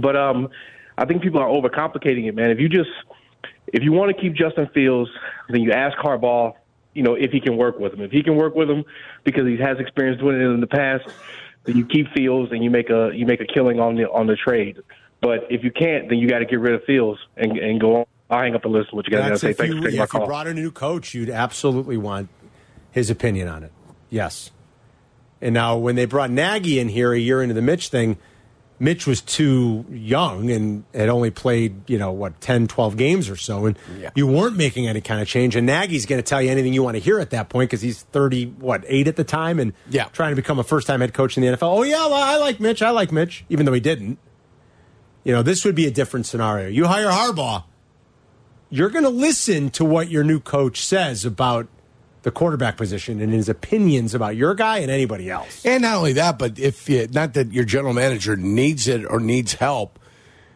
Speaker 15: but um, I think people are overcomplicating it, man. If you just if you want to keep Justin Fields, then you ask Harbaugh, you know, if he can work with him. If he can work with him because he has experience doing it in the past, then you keep Fields and you make a you make a killing on the on the trade. But if you can't, then you got to get rid of Fields and and go on. I'll hang up and listen to what you guys got to
Speaker 4: That's
Speaker 15: say.
Speaker 4: if
Speaker 15: Thanks
Speaker 4: you,
Speaker 15: for taking
Speaker 4: yeah,
Speaker 15: my
Speaker 4: if you
Speaker 15: call.
Speaker 4: brought in a new coach, you'd absolutely want his opinion on it. Yes. And now, when they brought Nagy in here a year into the Mitch thing, Mitch was too young and had only played, you know, what, 10, 12 games or so. And you weren't making any kind of change. And Nagy's going to tell you anything you want to hear at that point because he's 30, what, eight at the time and
Speaker 5: Yeah.
Speaker 4: trying to become a first time head coach in the NFL. Oh, yeah, well, I like Mitch. I like Mitch, even though he didn't. You know, this would be a different scenario. You hire Harbaugh you're going to listen to what your new coach says about the quarterback position and his opinions about your guy and anybody else.
Speaker 5: And not only that, but if you, not that your general manager needs it or needs help,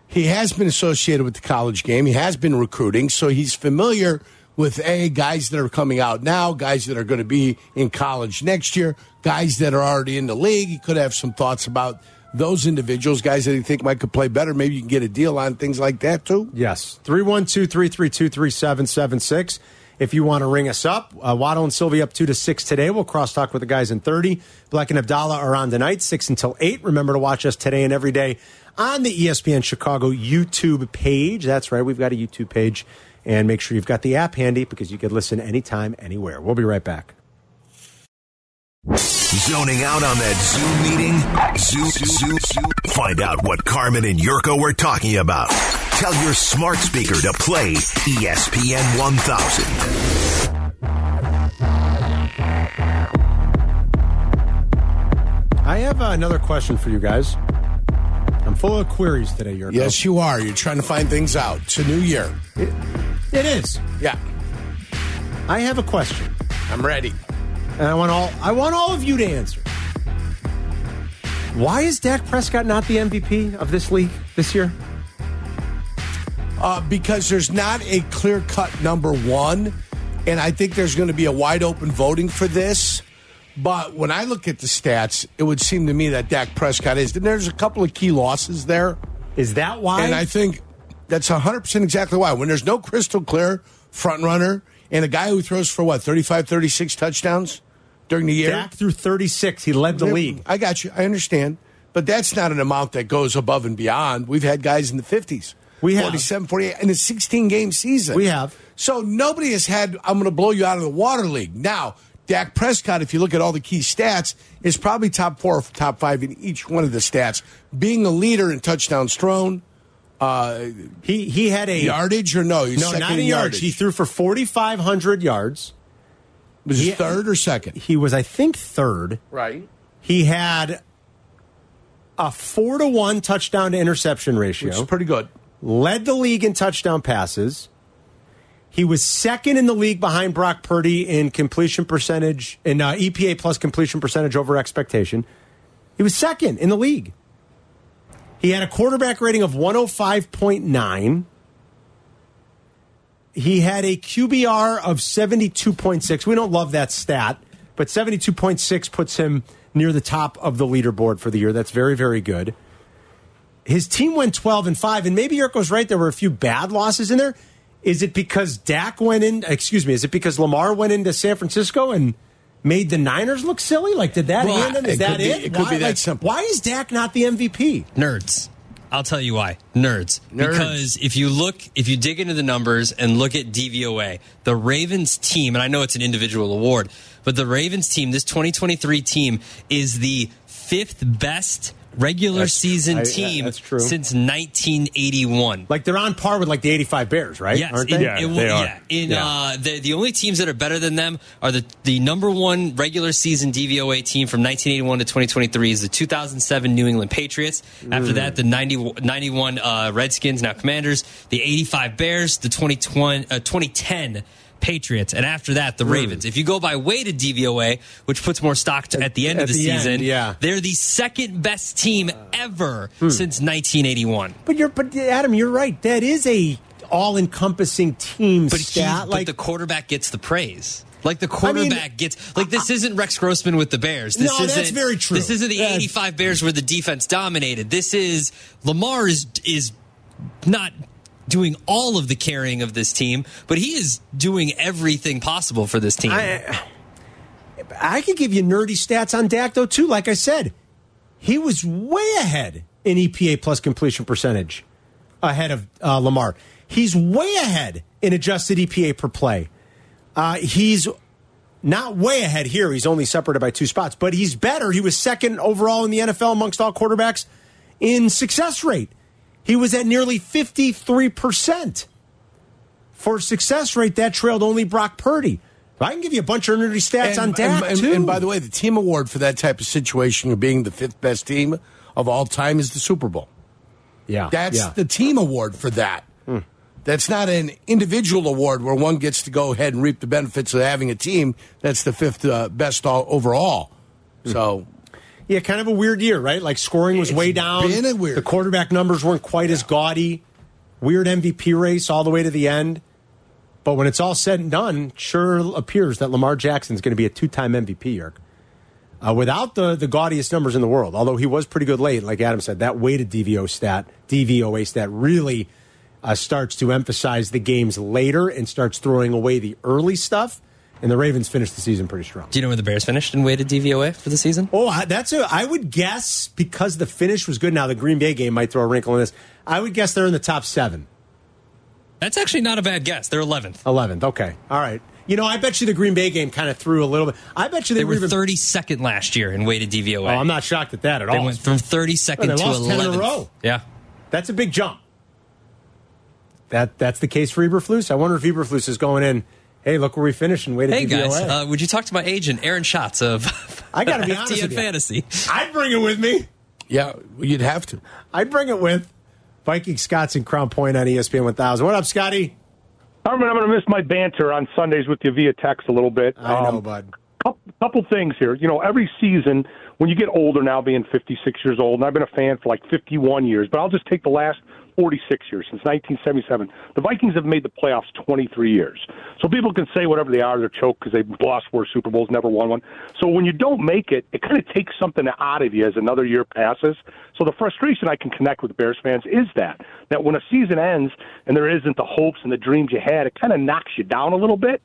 Speaker 5: he has been associated with the college game. He has been recruiting, so he's familiar with a guys that are coming out now, guys that are going to be in college next year, guys that are already in the league. He could have some thoughts about those individuals, guys that he think might could play better. Maybe you can get a deal on things like that too.
Speaker 4: Yes. 312 332 3776. If you want to ring us up, uh, Waddle and Sylvie up 2 to 6 today. We'll crosstalk with the guys in 30. Black and Abdallah are on tonight, 6 until 8. Remember to watch us today and every E day on the ESPN Chicago YouTube page. That's right, we've got a YouTube page. And make sure you've got the app handy because you could listen anytime, anywhere. We'll be right back.
Speaker 2: Zoning out on that Zoom meeting? Zoom, Zoom, Zoom. Find out what Carmen and Yurko were talking about. Tell your smart speaker to play E ESPN 1000.
Speaker 4: I have uh, another question for you guys. I'm full of queries today, Yurko.
Speaker 5: Yes, you are. You're trying to find things out. It's a new year.
Speaker 4: it is.
Speaker 5: Yeah.
Speaker 4: I have a question.
Speaker 5: I'm ready.
Speaker 4: And I want all I want all of you to answer. Why is Dak Prescott not the MVP of this league this year?
Speaker 5: Uh, because there's not a clear cut number one, and I think there's going to be a wide open voting for this. But when I look at the stats, it would seem to me that Dak Prescott is. And there's a couple of key losses there.
Speaker 4: Is that why?
Speaker 5: And I think that's 100% exactly why. When there's no crystal clear front runner and a guy who throws for what, 35, 36 touchdowns during the year?
Speaker 4: Dak through 36. He led the league.
Speaker 5: I got you. I understand. But that's not an amount that goes above and beyond. We've had guys in the 50s.
Speaker 4: We have.
Speaker 5: 47, 48, in a 16 game season.
Speaker 4: We have.
Speaker 5: So nobody has had, I'm going to blow you out of the water league. Now, Dak Prescott, if you look at all the key stats, is probably top four or top five in each one of the stats. Being a leader in touchdowns thrown. Uh,
Speaker 4: he he had a
Speaker 5: yardage or no? Oh, He's
Speaker 4: no,
Speaker 5: second
Speaker 4: not in
Speaker 5: in
Speaker 4: yards.
Speaker 5: yardage.
Speaker 4: He threw for 4,500 yards.
Speaker 5: Was he
Speaker 4: He-
Speaker 5: third or second?
Speaker 4: He was, I think, third.
Speaker 5: Right.
Speaker 4: He had a four to one touchdown to interception ratio,
Speaker 5: Which is pretty good.
Speaker 4: Led the league in touchdown passes. He was second in the league behind Brock Purdy in completion percentage in uh, EPA plus completion percentage over expectation. He was second in the league. He had a quarterback rating of 105.9. He had a QBR of 72.6. We don't love that stat, but 72.6 puts him near the top of the leaderboard for the year. That's very, very good. His team went 12 and 5, and maybe Yurko's right. There were a few bad losses in there. Is it because Dak went in? Excuse me. Is it because Lamar went into San Francisco and made the Niners look silly? Like, did that
Speaker 5: Well,
Speaker 4: end him? Is
Speaker 5: it
Speaker 4: that
Speaker 5: could be-
Speaker 4: it?
Speaker 5: it could
Speaker 4: why,
Speaker 5: be that
Speaker 4: like,
Speaker 5: simple.
Speaker 4: Why is Dak not the MVP?
Speaker 11: Nerds. I'll tell you why. Nerds.
Speaker 4: Nerds.
Speaker 11: Because if you look, if you dig into the numbers and look at DVOA, the Ravens team, and I know it's an individual award, but the Ravens team, this 2023 team, is the fifth best regular
Speaker 4: That's-
Speaker 11: season
Speaker 4: I- yeah,
Speaker 11: team
Speaker 4: that's true.
Speaker 11: since 1981.
Speaker 4: Like they're on par with like the '85 Bears, right?
Speaker 11: Yes,
Speaker 4: Aren't
Speaker 11: in-
Speaker 4: they?
Speaker 11: it will- yeah. In uh, the the only teams that are better than them are the the number one regular season DVOA team from 1981 to 2023 is the 2007 New England Patriots. After
Speaker 16: Mm.
Speaker 11: that, the 90, 91 uh, Redskins, now Commanders, the 85 Bears, the 2020, uh, 2010. Patriots, and after that, the
Speaker 4: Mm.
Speaker 11: Ravens. If you go by weighted DVOA, which puts more stock to, at the end
Speaker 4: At
Speaker 11: of the,
Speaker 4: the end,
Speaker 11: season,
Speaker 4: yeah. Uh, hmm.
Speaker 11: they're the second best team ever since 1981.
Speaker 4: But you're, but Adam, you're right. That is a all-encompassing team
Speaker 11: But, he,
Speaker 4: stat.
Speaker 11: but
Speaker 4: like
Speaker 11: the quarterback gets the praise. Like the
Speaker 4: I mean-
Speaker 11: quarterback gets like this isn't Rex Grossman with the Bears. This
Speaker 4: No,
Speaker 11: isn't,
Speaker 4: that's very true.
Speaker 11: This isn't the
Speaker 4: That's-
Speaker 11: '85 Bears where the defense dominated. This is Lamar is is not doing all of the carrying of this team, but he is doing everything possible for this team.
Speaker 4: I could give you nerdy stats on Dak though too. Like I said, he was way ahead in EPA plus completion percentage, ahead of uh, Lamar. He's way ahead in adjusted EPA per play. Uh, he's not way ahead here. He's only separated by two spots, but he's better. He was second overall in the NFL amongst all quarterbacks in success rate. He was at nearly fifty three percent for success rate. That trailed only Brock Purdy. I can give you a bunch of nerdy stats on Dak
Speaker 5: and,
Speaker 4: too.
Speaker 5: and by the way, the team award for that type of situation of being the fifth best team of all time is the Super Bowl.
Speaker 4: yeah,
Speaker 5: That's
Speaker 4: yeah. Hmm.
Speaker 5: the team award for that. That's not an individual award where one gets to go ahead and reap the benefits of having a team that's the fifth uh, best all, overall. So
Speaker 4: Hmm. yeah, kind of a weird year, right? Like scoring was way down.
Speaker 5: been a weird-
Speaker 4: The quarterback numbers weren't quite as gaudy. Weird MVP race all the way to the end. But when it's all said and done, sure appears that Lamar Jackson's going to be a two-time MVP, Yerk. Uh, without the, the gaudiest numbers in the world, although he was pretty good late, like Adam said, that weighted DVO stat, DVOA stat really uh, starts to emphasize the games later and starts throwing away the early stuff. And the Ravens finished the season pretty strong.
Speaker 11: Do you know where the Bears finished in weighted DVOA for the season?
Speaker 4: Oh, I, that's a. I would guess because the finish was good. Now the Green Bay game might throw a wrinkle in this. I would guess they're in the top seven.
Speaker 11: That's actually not a bad guess. They're 11th.
Speaker 4: 11th. Okay. All right. You know, I bet you the Green Bay game kind of threw a little bit. I bet you they,
Speaker 11: They were
Speaker 4: even-
Speaker 11: 32nd last year in weighted DVOA.
Speaker 4: Oh, I'm not shocked at that at
Speaker 11: They
Speaker 4: all.
Speaker 11: went from
Speaker 4: They
Speaker 11: 32nd to
Speaker 4: lost 10
Speaker 11: 11th.
Speaker 4: in a row.
Speaker 11: Yeah.
Speaker 4: That's a big jump. That that's the case for Eberflus. I wonder if Eberflus is going in. Hey, look where we finished and waited
Speaker 11: Hey
Speaker 4: to be
Speaker 11: guys, uh, would you talk to my agent, Aaron Schatz of
Speaker 4: I
Speaker 11: [laughs]
Speaker 4: gotta be honest
Speaker 11: FTN
Speaker 4: with you.
Speaker 11: Fantasy?
Speaker 4: I'd bring it with me.
Speaker 5: Yeah, you'd have to.
Speaker 4: I'd bring it with Viking Scots and Crown Point on E ESPN 1000. What up, Scotty?
Speaker 17: Herman, I'm going to miss my banter on Sundays with you via text a little bit.
Speaker 4: I know,
Speaker 17: Um,
Speaker 4: bud.
Speaker 17: Couple, couple things here. You know, every season when you get older now, being 56 years old, and I've been a fan for like 51 years, but I'll just take the last 46 years since 1977. The Vikings have made the playoffs 23 years. So people can say whatever they are, they're choked because they've lost four Super Bowls, never won one. So when you don't make it, it kind of takes something out of you as another year passes. So the frustration I can connect with Bears fans is that that when a season ends and there isn't the hopes and the dreams you had, it kind of knocks you down a little bit.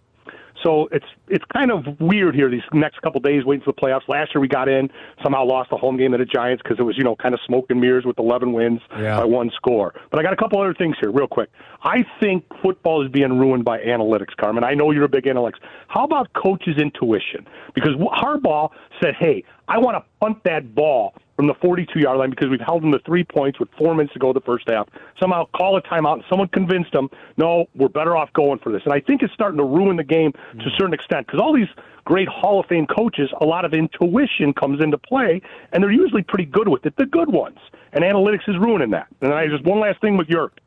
Speaker 17: So it's it's kind of weird here these next couple days waiting for the playoffs. Last year we got in, somehow lost the home game to the Giants because it was you know kind of smoke and mirrors with 11 wins by one score. But I got a couple other things here real quick. I think football is being ruined by analytics, Carmen. I know you're a big analytics. How about coaches' intuition? Because Harbaugh said, "Hey, I want to punt that ball from the 42 yard line because we've held them to three points with four minutes to go the first half. Somehow call a timeout and someone convinced them, no, we're better off going for this. And I think it's starting to ruin the game to a certain extent because all these great Hall of Fame coaches, a lot of intuition comes into play, and they're usually pretty good with it, the good ones. And analytics is ruining that. And I just one last thing with York.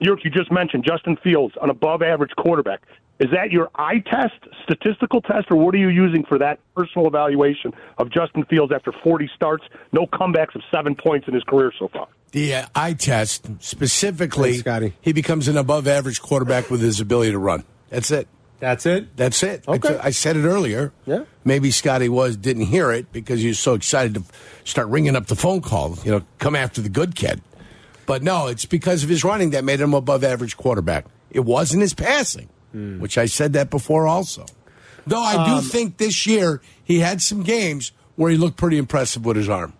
Speaker 17: York, you just mentioned Justin Fields, an above average quarterback. Is that your eye test, statistical test, or what are you using for that personal evaluation of Justin Fields after 40 starts, no comebacks of seven points in his career so far?
Speaker 5: The uh, eye test specifically,
Speaker 4: Thanks, Scotty.
Speaker 5: he becomes an above-average quarterback with his ability to run. That's it.
Speaker 4: That's it.
Speaker 5: That's it. I
Speaker 4: Okay.
Speaker 5: t- I said it earlier.
Speaker 4: Yeah.
Speaker 5: Maybe Scotty was didn't hear it because he was so excited to start ringing up the phone call. You know, come after the good kid. But no, it's because of his running that made him above-average quarterback. It wasn't his passing, which I said that before also. Though I do
Speaker 4: Hmm. Um,
Speaker 5: think this year he had some games where he looked pretty impressive with his arm.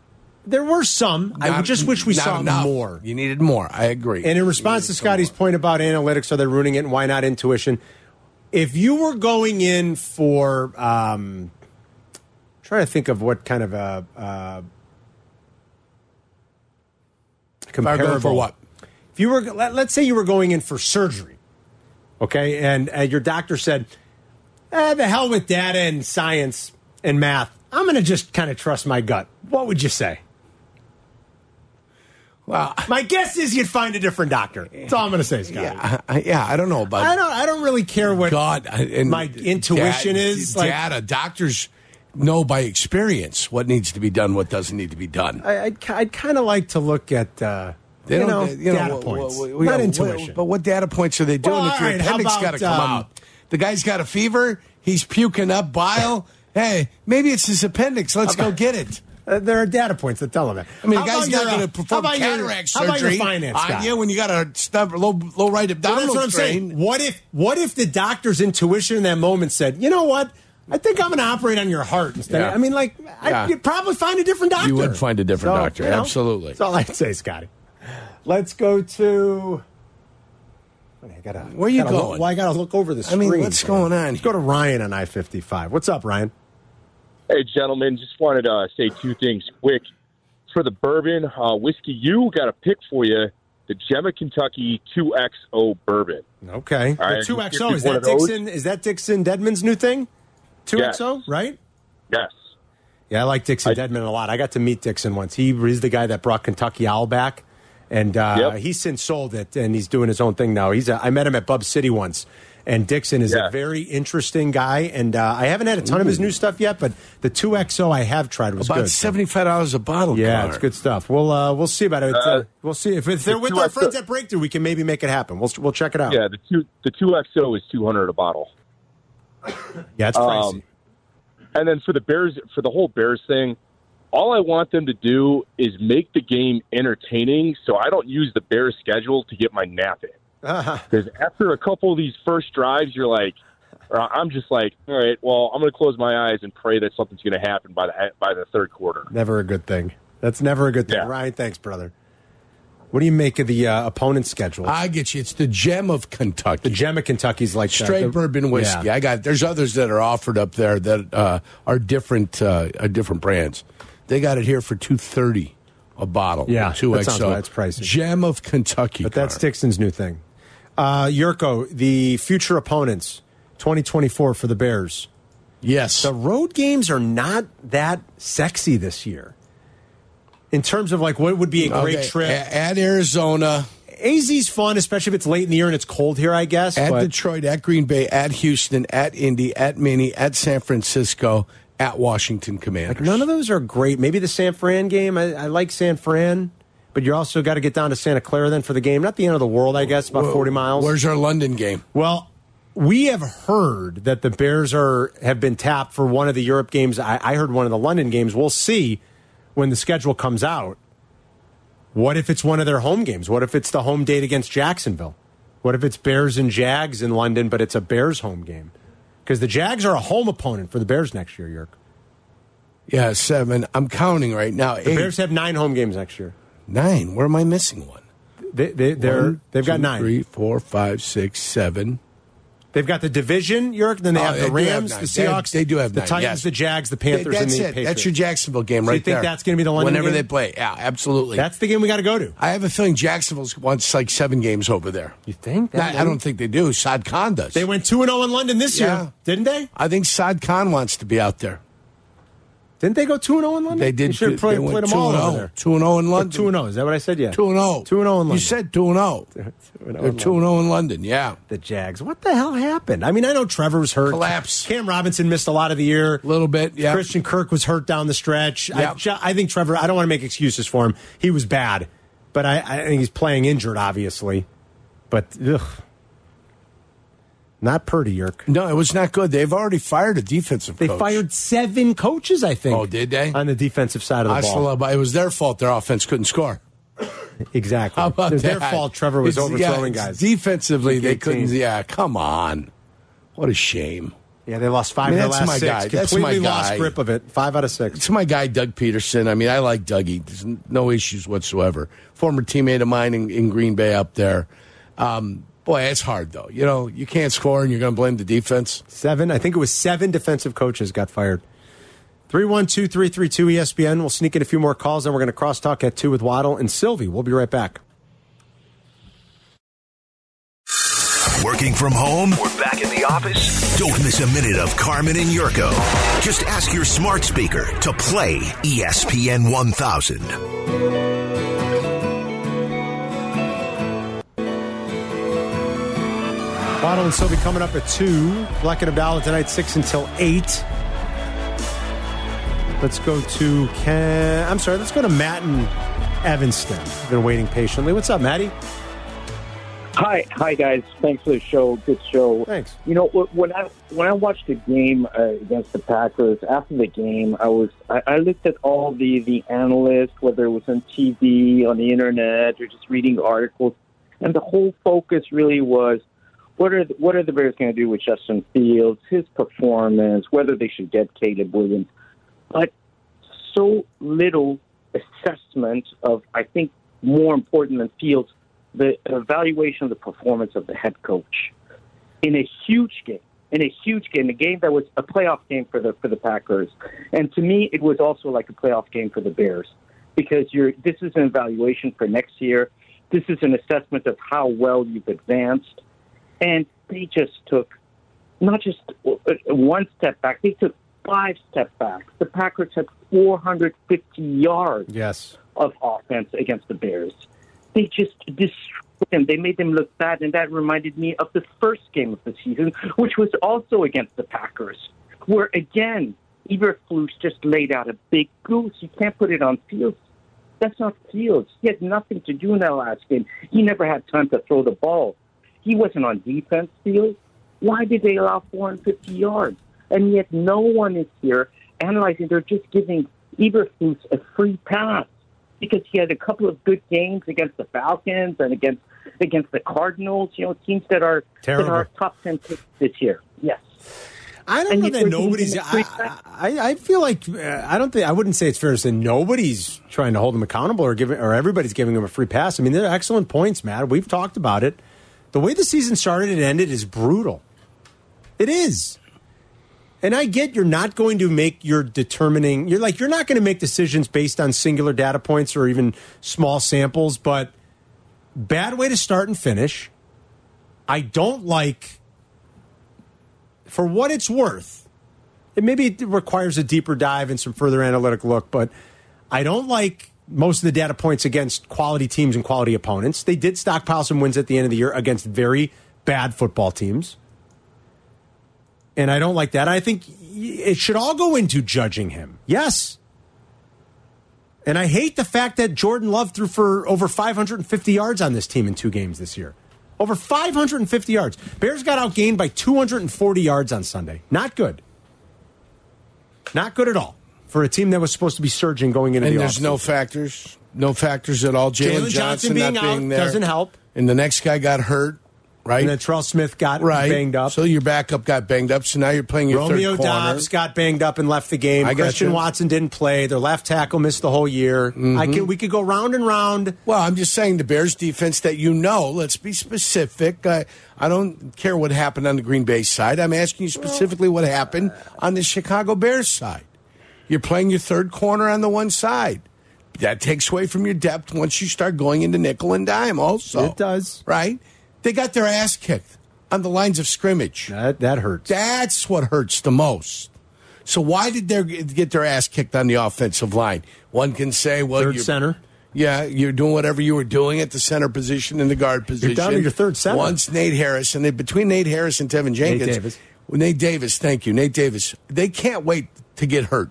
Speaker 4: There were some. I
Speaker 5: Not-
Speaker 4: just wish we
Speaker 5: not
Speaker 4: saw
Speaker 5: enough.
Speaker 4: more.
Speaker 5: You needed more. I agree.
Speaker 4: And in response
Speaker 5: You
Speaker 4: to
Speaker 5: needed
Speaker 4: Scotty's point about analytics, are they ruining it? And why not intuition? If you were going in for, um, trying to think of what kind of a uh,
Speaker 5: If I were
Speaker 4: comparable
Speaker 5: going for what?
Speaker 4: If you were, let, let's say you were going in for surgery, okay, and uh, your doctor said, eh, "The hell with data and science and math. I'm going to just kind of trust my gut." What would you say?
Speaker 5: Well, [laughs]
Speaker 4: my guess is you'd find a different doctor. That's all I'm going to say, Scott.
Speaker 5: Yeah, I, I- yeah, I don't know about
Speaker 4: I don't. I don't really care what
Speaker 5: God I- and
Speaker 4: my intuition
Speaker 5: da-
Speaker 4: is. Like,
Speaker 5: Data doctors know by experience what needs to be done, what doesn't need to be done.
Speaker 4: I, I'd, ki- I'd kind of like to look at uh,
Speaker 5: They
Speaker 4: you,
Speaker 5: don't-
Speaker 4: know,
Speaker 5: they- you know,
Speaker 4: data
Speaker 5: what-
Speaker 4: points,
Speaker 5: what- what-
Speaker 4: not
Speaker 5: yeah,
Speaker 4: intuition.
Speaker 5: what- but what data points are they doing?
Speaker 4: Well,
Speaker 5: if your
Speaker 4: all right, how
Speaker 5: appendix
Speaker 4: about,
Speaker 5: got to come
Speaker 4: um,
Speaker 5: out, the guy's got a fever. He's puking up bile. hey, maybe it's his appendix. Let's go get it.
Speaker 4: Uh, there are data points that tell them that.
Speaker 5: I mean,
Speaker 4: How
Speaker 5: the guy's
Speaker 4: about
Speaker 5: not
Speaker 4: your,
Speaker 5: going
Speaker 4: uh,
Speaker 5: to perform
Speaker 4: how about your-
Speaker 5: cataract
Speaker 4: How about your
Speaker 5: surgery
Speaker 4: finance
Speaker 5: on
Speaker 4: guy?
Speaker 5: you when you got a stub, low, low right
Speaker 4: Well,
Speaker 5: abdominal
Speaker 4: that's what I'm
Speaker 5: strain.
Speaker 4: saying. What if what if the doctor's intuition in that moment said, you know what? I think I'm going to operate on your heart instead.
Speaker 5: Yeah.
Speaker 4: I mean, like,
Speaker 5: Yeah.
Speaker 4: I, you'd probably find a different doctor.
Speaker 5: You would find a different
Speaker 4: So,
Speaker 5: doctor,
Speaker 4: you know,
Speaker 5: absolutely.
Speaker 4: That's all I'd say, Scotty. Let's go to. I gotta,
Speaker 5: Where you
Speaker 4: gotta look-
Speaker 5: going?
Speaker 4: well, I got to look over the
Speaker 5: I
Speaker 4: screen.
Speaker 5: mean, what's going on
Speaker 4: Let's go to Ryan on I 55. What's up, Ryan?
Speaker 16: Hey, gentlemen, just wanted to uh, say two things quick. For the bourbon, uh, Whiskey U got a pick for you the Gemma Kentucky 2XO bourbon.
Speaker 4: Okay.
Speaker 16: All
Speaker 4: the
Speaker 16: right, just
Speaker 4: 2XO,
Speaker 16: give
Speaker 4: is
Speaker 16: me one
Speaker 4: that
Speaker 16: of those.
Speaker 4: Dixon? Is that Dixon Deadman's new thing? 2XO, right?
Speaker 16: Yes.
Speaker 4: Yeah, I like Dixon Deadman a lot. I got to meet Dixon once. He he's the guy that brought Kentucky Owl back, and uh,
Speaker 16: Yep.
Speaker 4: he's since sold it and he's doing his own thing now. He's a, I met him at Bub City once, and Dixon is
Speaker 16: Yeah.
Speaker 4: a very interesting guy. And uh, I haven't had a ton of his new stuff yet, but the two XO I have tried was
Speaker 5: About
Speaker 4: good.
Speaker 5: seventy-five dollars a bottle.
Speaker 4: yeah,
Speaker 5: Connor.
Speaker 4: it's good stuff. We'll uh, we'll see about it. It's,
Speaker 16: Uh,
Speaker 4: uh, we'll see if, if they're
Speaker 16: the
Speaker 4: with our
Speaker 16: 2XO
Speaker 4: friends at Breakthrough, we can maybe make it happen. We'll we'll check it out.
Speaker 16: Yeah, the two the 2XO is 200 a bottle.
Speaker 4: yeah it's pricey.
Speaker 16: Um, and then for the Bears, for the whole Bears thing, all I want them to do is make the game entertaining, so I don't use the Bears schedule to get my nap in.
Speaker 4: [laughs]
Speaker 16: Because after a couple of these first drives, you're like, or I'm just like, all right, well, I'm going to close my eyes and pray that something's going to happen by the by the third quarter.
Speaker 4: Never a good thing. That's never a good thing.
Speaker 16: Yeah.
Speaker 4: Ryan, thanks, brother. What do you make of the uh, opponent's schedule?
Speaker 5: I get you. It's the gem of Kentucky.
Speaker 4: The gem of Kentucky's like the-
Speaker 5: straight
Speaker 4: the-
Speaker 5: bourbon whiskey.
Speaker 4: Yeah.
Speaker 5: I got. There's others that are offered up there that uh, are different. Uh, are different brands. They got it here for two thirty a bottle.
Speaker 4: Yeah,
Speaker 5: two
Speaker 4: that sounds
Speaker 5: XO.
Speaker 4: right. It's pricey.
Speaker 5: Gem of Kentucky.
Speaker 4: But that's Dixon's new thing. Uh, Yurko, the future opponents, 2024 for the Bears.
Speaker 5: Yes.
Speaker 4: The road games are not that sexy this year. In terms of like what would be a great
Speaker 5: Okay,
Speaker 4: trip.
Speaker 5: a- at Arizona.
Speaker 4: AZ's fun, especially if it's late in the year and it's cold here, I guess.
Speaker 5: At
Speaker 4: but-
Speaker 5: Detroit, at Green Bay, at Houston, at Indy, at Mini, at San Francisco, at Washington Commanders.
Speaker 4: None of those are great. Maybe the San Fran game. I, I like San Fran, but you also got to get down to Santa Clara then for the game. Not the end of the world, I guess. About
Speaker 5: Whoa,
Speaker 4: forty miles.
Speaker 5: where's our London game?
Speaker 4: Well, we have heard that the Bears are have been tapped for one of the Europe games. I, I heard one of the London games. We'll see when the schedule comes out. What if it's one of their home games? What if it's the home date against Jacksonville? What if it's Bears and Jags in London, but it's a Bears home game? Because the Jags are a home opponent for the Bears next year, Yerk.
Speaker 5: Yeah, seven. I'm counting right now.
Speaker 4: The
Speaker 5: Eight.
Speaker 4: Bears have nine home games next year.
Speaker 5: Nine. Where am I missing one?
Speaker 4: They, they, they're,
Speaker 5: One,
Speaker 4: they've got
Speaker 5: two,
Speaker 4: nine.
Speaker 5: three, four, five, six, seven.
Speaker 4: They've got the division, York. Then they
Speaker 5: Oh,
Speaker 4: have the
Speaker 5: they do have
Speaker 4: Rams,
Speaker 5: nine.
Speaker 4: the
Speaker 5: They have-
Speaker 4: Seahawks.
Speaker 5: they do have
Speaker 4: the
Speaker 5: nine,
Speaker 4: Titans,
Speaker 5: yes.
Speaker 4: the Jags, the Panthers,
Speaker 5: That's
Speaker 4: and the
Speaker 5: it.
Speaker 4: Patriots.
Speaker 5: That's your Jacksonville game
Speaker 4: So
Speaker 5: right
Speaker 4: you think
Speaker 5: there.
Speaker 4: that's going to be the London
Speaker 5: Whenever
Speaker 4: game?
Speaker 5: they play. Yeah, absolutely.
Speaker 4: That's the game we got to go to.
Speaker 5: I have a feeling Jacksonville's wants like seven games over there. You
Speaker 4: think?
Speaker 5: I, I don't think they do. Saad Khan does.
Speaker 4: They went two and zero in London this
Speaker 5: Yeah.
Speaker 4: year, didn't they?
Speaker 5: I think Saad Khan wants to be out there.
Speaker 4: Didn't they go two and zero in London?
Speaker 5: They did.
Speaker 4: They should
Speaker 5: two-
Speaker 4: have played,
Speaker 5: they went
Speaker 4: played them
Speaker 5: two
Speaker 4: all
Speaker 5: and
Speaker 4: over
Speaker 5: oh.
Speaker 4: there.
Speaker 5: Two and zero in London.
Speaker 4: Two and zero. Is that what I said? Yeah.
Speaker 5: Two and zero.
Speaker 4: Two and zero in
Speaker 5: You
Speaker 4: London.
Speaker 5: said two and zero.
Speaker 4: [laughs] Two and oh
Speaker 5: They're
Speaker 4: in
Speaker 5: two and
Speaker 4: London.
Speaker 5: zero in London. Yeah.
Speaker 4: The Jags. What the hell happened? I mean, I know Trevor was hurt.
Speaker 5: Collapse.
Speaker 4: Cam Robinson missed a lot of the year. A
Speaker 5: little bit. Yeah.
Speaker 4: Christian Kirk was hurt down the stretch. I,
Speaker 5: Yeah.
Speaker 4: ju- I think Trevor. I don't want to make excuses for him. He was bad, but I, I think he's playing injured, obviously. But ugh, not Purdy, Yerk.
Speaker 5: No, it was not good. They've already fired a defensive
Speaker 4: They
Speaker 5: coach.
Speaker 4: fired seven coaches, I think.
Speaker 5: Oh, did they?
Speaker 4: on the defensive side of the ball?
Speaker 5: Asla, it was their fault their offense couldn't score.
Speaker 4: Exactly.
Speaker 5: How about
Speaker 4: it was their
Speaker 5: that?
Speaker 4: fault Trevor was
Speaker 5: It's- yeah,
Speaker 4: overthrowing
Speaker 5: it's
Speaker 4: guys.
Speaker 5: Defensively,
Speaker 4: Week
Speaker 5: they
Speaker 4: 18.
Speaker 5: couldn't. Yeah, come on. What a shame.
Speaker 4: Yeah, they lost five
Speaker 5: I mean,
Speaker 4: of
Speaker 5: that's
Speaker 4: their
Speaker 5: my
Speaker 4: last six.
Speaker 5: guy. That's
Speaker 4: Completely
Speaker 5: my
Speaker 4: lost
Speaker 5: guy.
Speaker 4: grip of it. Five out of six.
Speaker 5: It's my guy, Doug Peterson. I mean, I like Dougie. There's n- no issues whatsoever. Former teammate of mine in, in Green Bay up there. Um, boy, it's hard, though. You know, you can't score and you're going to blame the defense.
Speaker 4: Seven. I think it was seven defensive coaches got fired. 312 332 ESPN. We'll sneak in a few more calls, then we're going to crosstalk at two with Waddle and Sylvie. We'll be right back.
Speaker 2: Working from home? We're back in the office. Don't miss a minute of Carmen and Yurko. Just ask your smart speaker to play E ESPN 1000.
Speaker 4: Waddle and Sylvie coming up at two. Black and Abdallah tonight, six until eight. Let's go to Ken. I'm sorry, let's go to Matt and Evanston. Been waiting patiently. What's up, Matty?
Speaker 18: Hi, hi guys. Thanks for the show. Good show.
Speaker 4: Thanks.
Speaker 18: You know wh- when I when I watched the game uh, against the Packers after the game, I was I, I looked at all the the analysts, whether it was on TV, on the internet, or just reading articles, and the whole focus really was what are the, what are the Bears going to do with Justin Fields, his performance, whether they should get Caleb Williams, but so little assessment of I think more important than Fields the evaluation of the performance of the head coach in a huge game, in a huge game, a game that was a playoff game for the for the Packers, and to me, it was also like a playoff game for the Bears because you're this is an evaluation for next year. This is an assessment of how well you've advanced, and they just took not just uh, one step back; they took five step backs. The Packers had 450 yards
Speaker 4: Yes.
Speaker 18: of offense against the Bears. They just destroyed them. They made them look bad, and that reminded me of the first game of the season, which was also against the Packers, where again Eberflus just laid out a big goose. You can't put it on Fields. That's not Fields. He had nothing to do in that last game. He never had time to throw the ball. He wasn't on defense, Fields. Why did they allow 450 yards? And yet no one is here analyzing. They're just giving Eberflus a free pass because he had a couple of good games against the Falcons and against against the Cardinals. You know, teams that are that
Speaker 4: Terrible.
Speaker 18: are top ten picks this year. Yes.
Speaker 4: I don't
Speaker 18: And
Speaker 4: know
Speaker 18: you
Speaker 4: that
Speaker 18: were
Speaker 4: nobody's.
Speaker 18: thinking
Speaker 4: I, I, I feel like uh, I don't think I wouldn't say it's fair to say nobody's trying to hold him accountable or giving or everybody's giving him a free pass. I mean, they're excellent points, Matt. We've talked about it. The way the season started and ended is brutal. It is. And I get you're not going to make your determining. You're like you're not going to make decisions based on singular data points or even small samples, but bad way to start and finish. I don't like for what it's worth, and maybe it requires a deeper dive and some further analytic look, but I don't like most of the data points against quality teams and quality opponents. They did stockpile some wins at the end of the year against very bad football teams. And I don't like that. I think it should all go into judging him. Yes. And I hate the fact that Jordan Love threw for over 550 yards on this team in two games this year. Over 550 yards. Bears got outgained by 240 yards on Sunday. Not good. Not good at all for a team that was supposed to be surging going into
Speaker 5: and
Speaker 4: the
Speaker 5: there's no
Speaker 4: offseason.
Speaker 5: factors, no factors at all. Jalen Johnson,
Speaker 4: being
Speaker 5: not
Speaker 4: out
Speaker 5: being there
Speaker 4: doesn't help.
Speaker 5: And the next guy got hurt, right? And then
Speaker 4: Terrell Smith got
Speaker 5: right.
Speaker 4: banged
Speaker 5: up. So your backup got banged up. So now you're playing your
Speaker 4: Romeo
Speaker 5: third corner.
Speaker 4: Dobbs got banged up and left the game.
Speaker 5: I got
Speaker 4: Christian
Speaker 5: you.
Speaker 4: Watson didn't play. Their left tackle missed the whole year. I can, we could go round and round.
Speaker 5: Mm-hmm. Well, I'm just saying the Bears defense that you know. Let's be specific. I, I don't care what happened on the Green Bay side. I'm asking you specifically what happened on the Chicago Bears side. You're playing your third corner on the one side. That takes away from your depth once you start going into nickel and dime. Also, it
Speaker 4: does.
Speaker 5: Right? They got their ass kicked on the lines of scrimmage.
Speaker 4: That, that hurts.
Speaker 5: That's what hurts the most. So why did they get their ass kicked on the offensive line? One can say, well,
Speaker 4: Third
Speaker 5: you're-
Speaker 4: center.
Speaker 5: yeah, you're doing whatever you were doing at the center position and the guard position.
Speaker 4: down to your third center.
Speaker 5: Once Nate Harris and they, between Nate Harris and Tevin Jenkins,
Speaker 4: Davis.
Speaker 5: well, Nate Davis, thank you, Nate Davis. They can't wait to get hurt.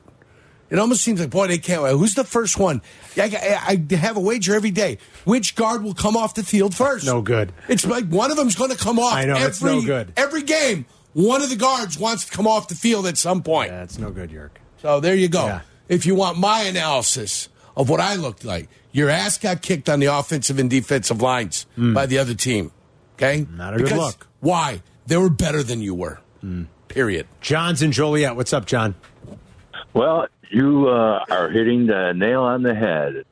Speaker 5: It almost seems like boy, they can't wait. Who's the first one? I, I, I have a wager every day. Which guard will come off the field first? No
Speaker 4: good.
Speaker 5: It's like one of them's going to come off.
Speaker 4: I know,
Speaker 5: every,
Speaker 4: it's no good.
Speaker 5: Every game, one of the guards wants to come off the field at some point.
Speaker 4: that's no good, Yerk.
Speaker 5: So there you go. If you want my analysis of what I looked like, your ass got kicked on the offensive and defensive lines by the other team. Okay? Not
Speaker 4: Hmm. a good look.
Speaker 5: Why? They were better than you were. Period.
Speaker 4: John's in Joliet. Mm. What's up, John?
Speaker 19: Well, you uh, are hitting the nail on the head.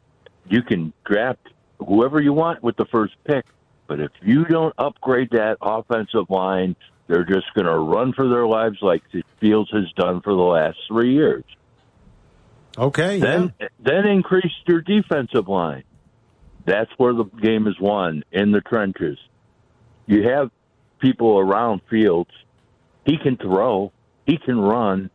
Speaker 19: You can draft whoever you want with the first pick, but if you don't upgrade that offensive line, they're just going to run for their lives like the Fields has done for the last three years.
Speaker 4: Okay.
Speaker 19: Then, then increase your defensive line. That's where the game is won in the trenches. You have people around Fields. He can throw. He can run.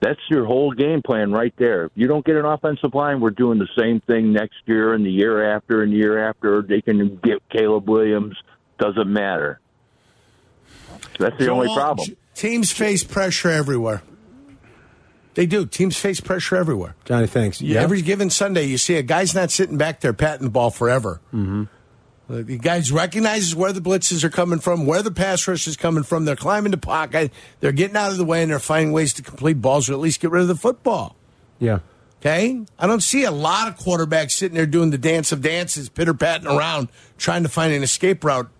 Speaker 19: That's your whole game plan right there. If you don't get an offensive line, we're doing the same thing next year and the year after and the year after. They can get Caleb Williams. Doesn't matter. That's the only
Speaker 5: Joel,
Speaker 19: problem.
Speaker 5: j- Teams face pressure everywhere. They do. Teams face pressure everywhere.
Speaker 4: Johnny, thanks. Yeah.
Speaker 5: Every given Sunday, you see a guy's not sitting back there patting the ball forever.
Speaker 4: hmm
Speaker 5: Uh, The guys recognizes where the blitzes are coming from, where the pass rush is coming from. They're climbing the pocket. They're getting out of the way, and they're finding ways to complete balls or at least get rid of the football.
Speaker 4: Yeah.
Speaker 5: Okay, I don't see a lot of quarterbacks sitting there doing the dance of dances, pitter patting around, trying to find an escape route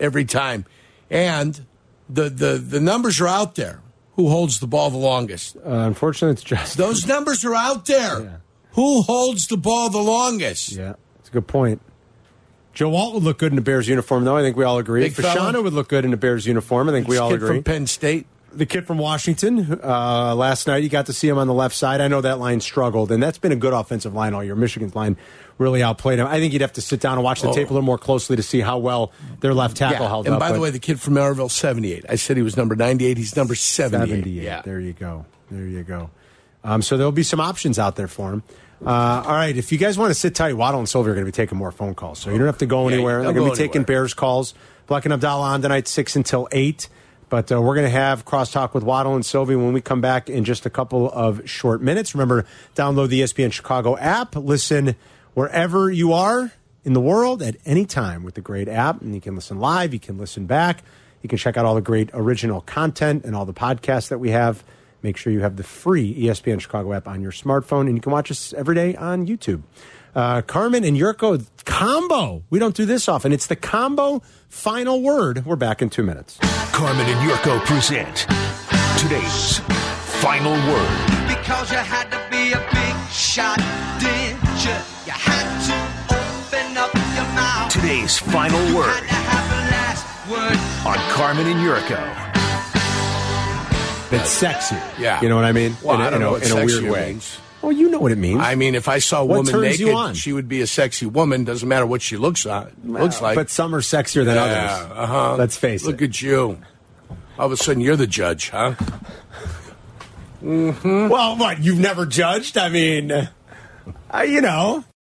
Speaker 5: every time. And the the the numbers are out there. Who holds the ball the longest?
Speaker 4: Uh, unfortunately, it's just
Speaker 5: Those numbers are out there. Who holds the ball the longest?
Speaker 4: Yeah. It's a good point. Joe Walt would look good in a Bears uniform, though. I think we all agree.
Speaker 5: Big fella.
Speaker 4: Fashana would look good in a Bears uniform. I think we all
Speaker 5: kid
Speaker 4: agree.
Speaker 5: from Penn State.
Speaker 4: The kid from Washington. Uh, last night, you got to see him on the left side. I know that line struggled, and that's been a good offensive line all year. Michigan's line really outplayed him. I think you'd have to sit down and watch the
Speaker 5: Oh.
Speaker 4: tape a little more closely to see how well their left tackle
Speaker 5: Yeah.
Speaker 4: held
Speaker 5: and
Speaker 4: up.
Speaker 5: by the
Speaker 4: but-
Speaker 5: way, the kid from Maryville, 78. I said he was number 98. He's number 78.
Speaker 4: 78. There you go. There you go. Um, so there'll be some options out there for him. Uh, all right. If you guys want to sit tight, Waddle and Silver are going to be taking more phone calls. So you don't have to go
Speaker 5: Yeah,
Speaker 4: anywhere.
Speaker 5: don't
Speaker 4: They're going to
Speaker 5: go
Speaker 4: be taking Bears calls. Black and Abdallah on tonight, 6 until 8. But uh, we're going to have crosstalk with Waddle and Sylvie when we come back in just a couple of short minutes. Remember, download the E ESPN Chicago app. Listen wherever you are in the world at any time with the great app. And you can listen live, you can listen back, you can check out all the great original content and all the podcasts that we have. E Make sure you have the free ESPN Chicago app on your smartphone, and you can watch us every day on YouTube. Uh, Carmen and Yurko combo. We don't do this often. It's the combo final word. We're back in two minutes.
Speaker 2: Carmen and Yurko present today's final word.
Speaker 14: Because you had to be a big shot, didn't you? You had to open up your mouth.
Speaker 2: Today's final word
Speaker 14: Have a last word.
Speaker 2: on Carmen and Yurko.
Speaker 4: It's sexy.
Speaker 5: Yeah.
Speaker 4: You know what I mean?
Speaker 5: Well,
Speaker 4: in a,
Speaker 5: I don't
Speaker 4: in a-
Speaker 5: know what
Speaker 4: in a
Speaker 5: sexy
Speaker 4: weird way.
Speaker 5: means.
Speaker 4: Well, you know what it means.
Speaker 5: I mean, if I saw a
Speaker 4: What
Speaker 5: woman
Speaker 4: turns you
Speaker 5: naked,
Speaker 4: on?
Speaker 5: she would be a sexy woman. Doesn't matter what she looks on, looks like.
Speaker 4: But some are sexier than
Speaker 5: Yeah,
Speaker 4: others.
Speaker 5: Uh-huh.
Speaker 4: Let's face
Speaker 5: Look at you. All of a sudden, you're the judge, huh? Mm-hmm.
Speaker 4: it. Well, what? You've never judged? I mean, uh, you know.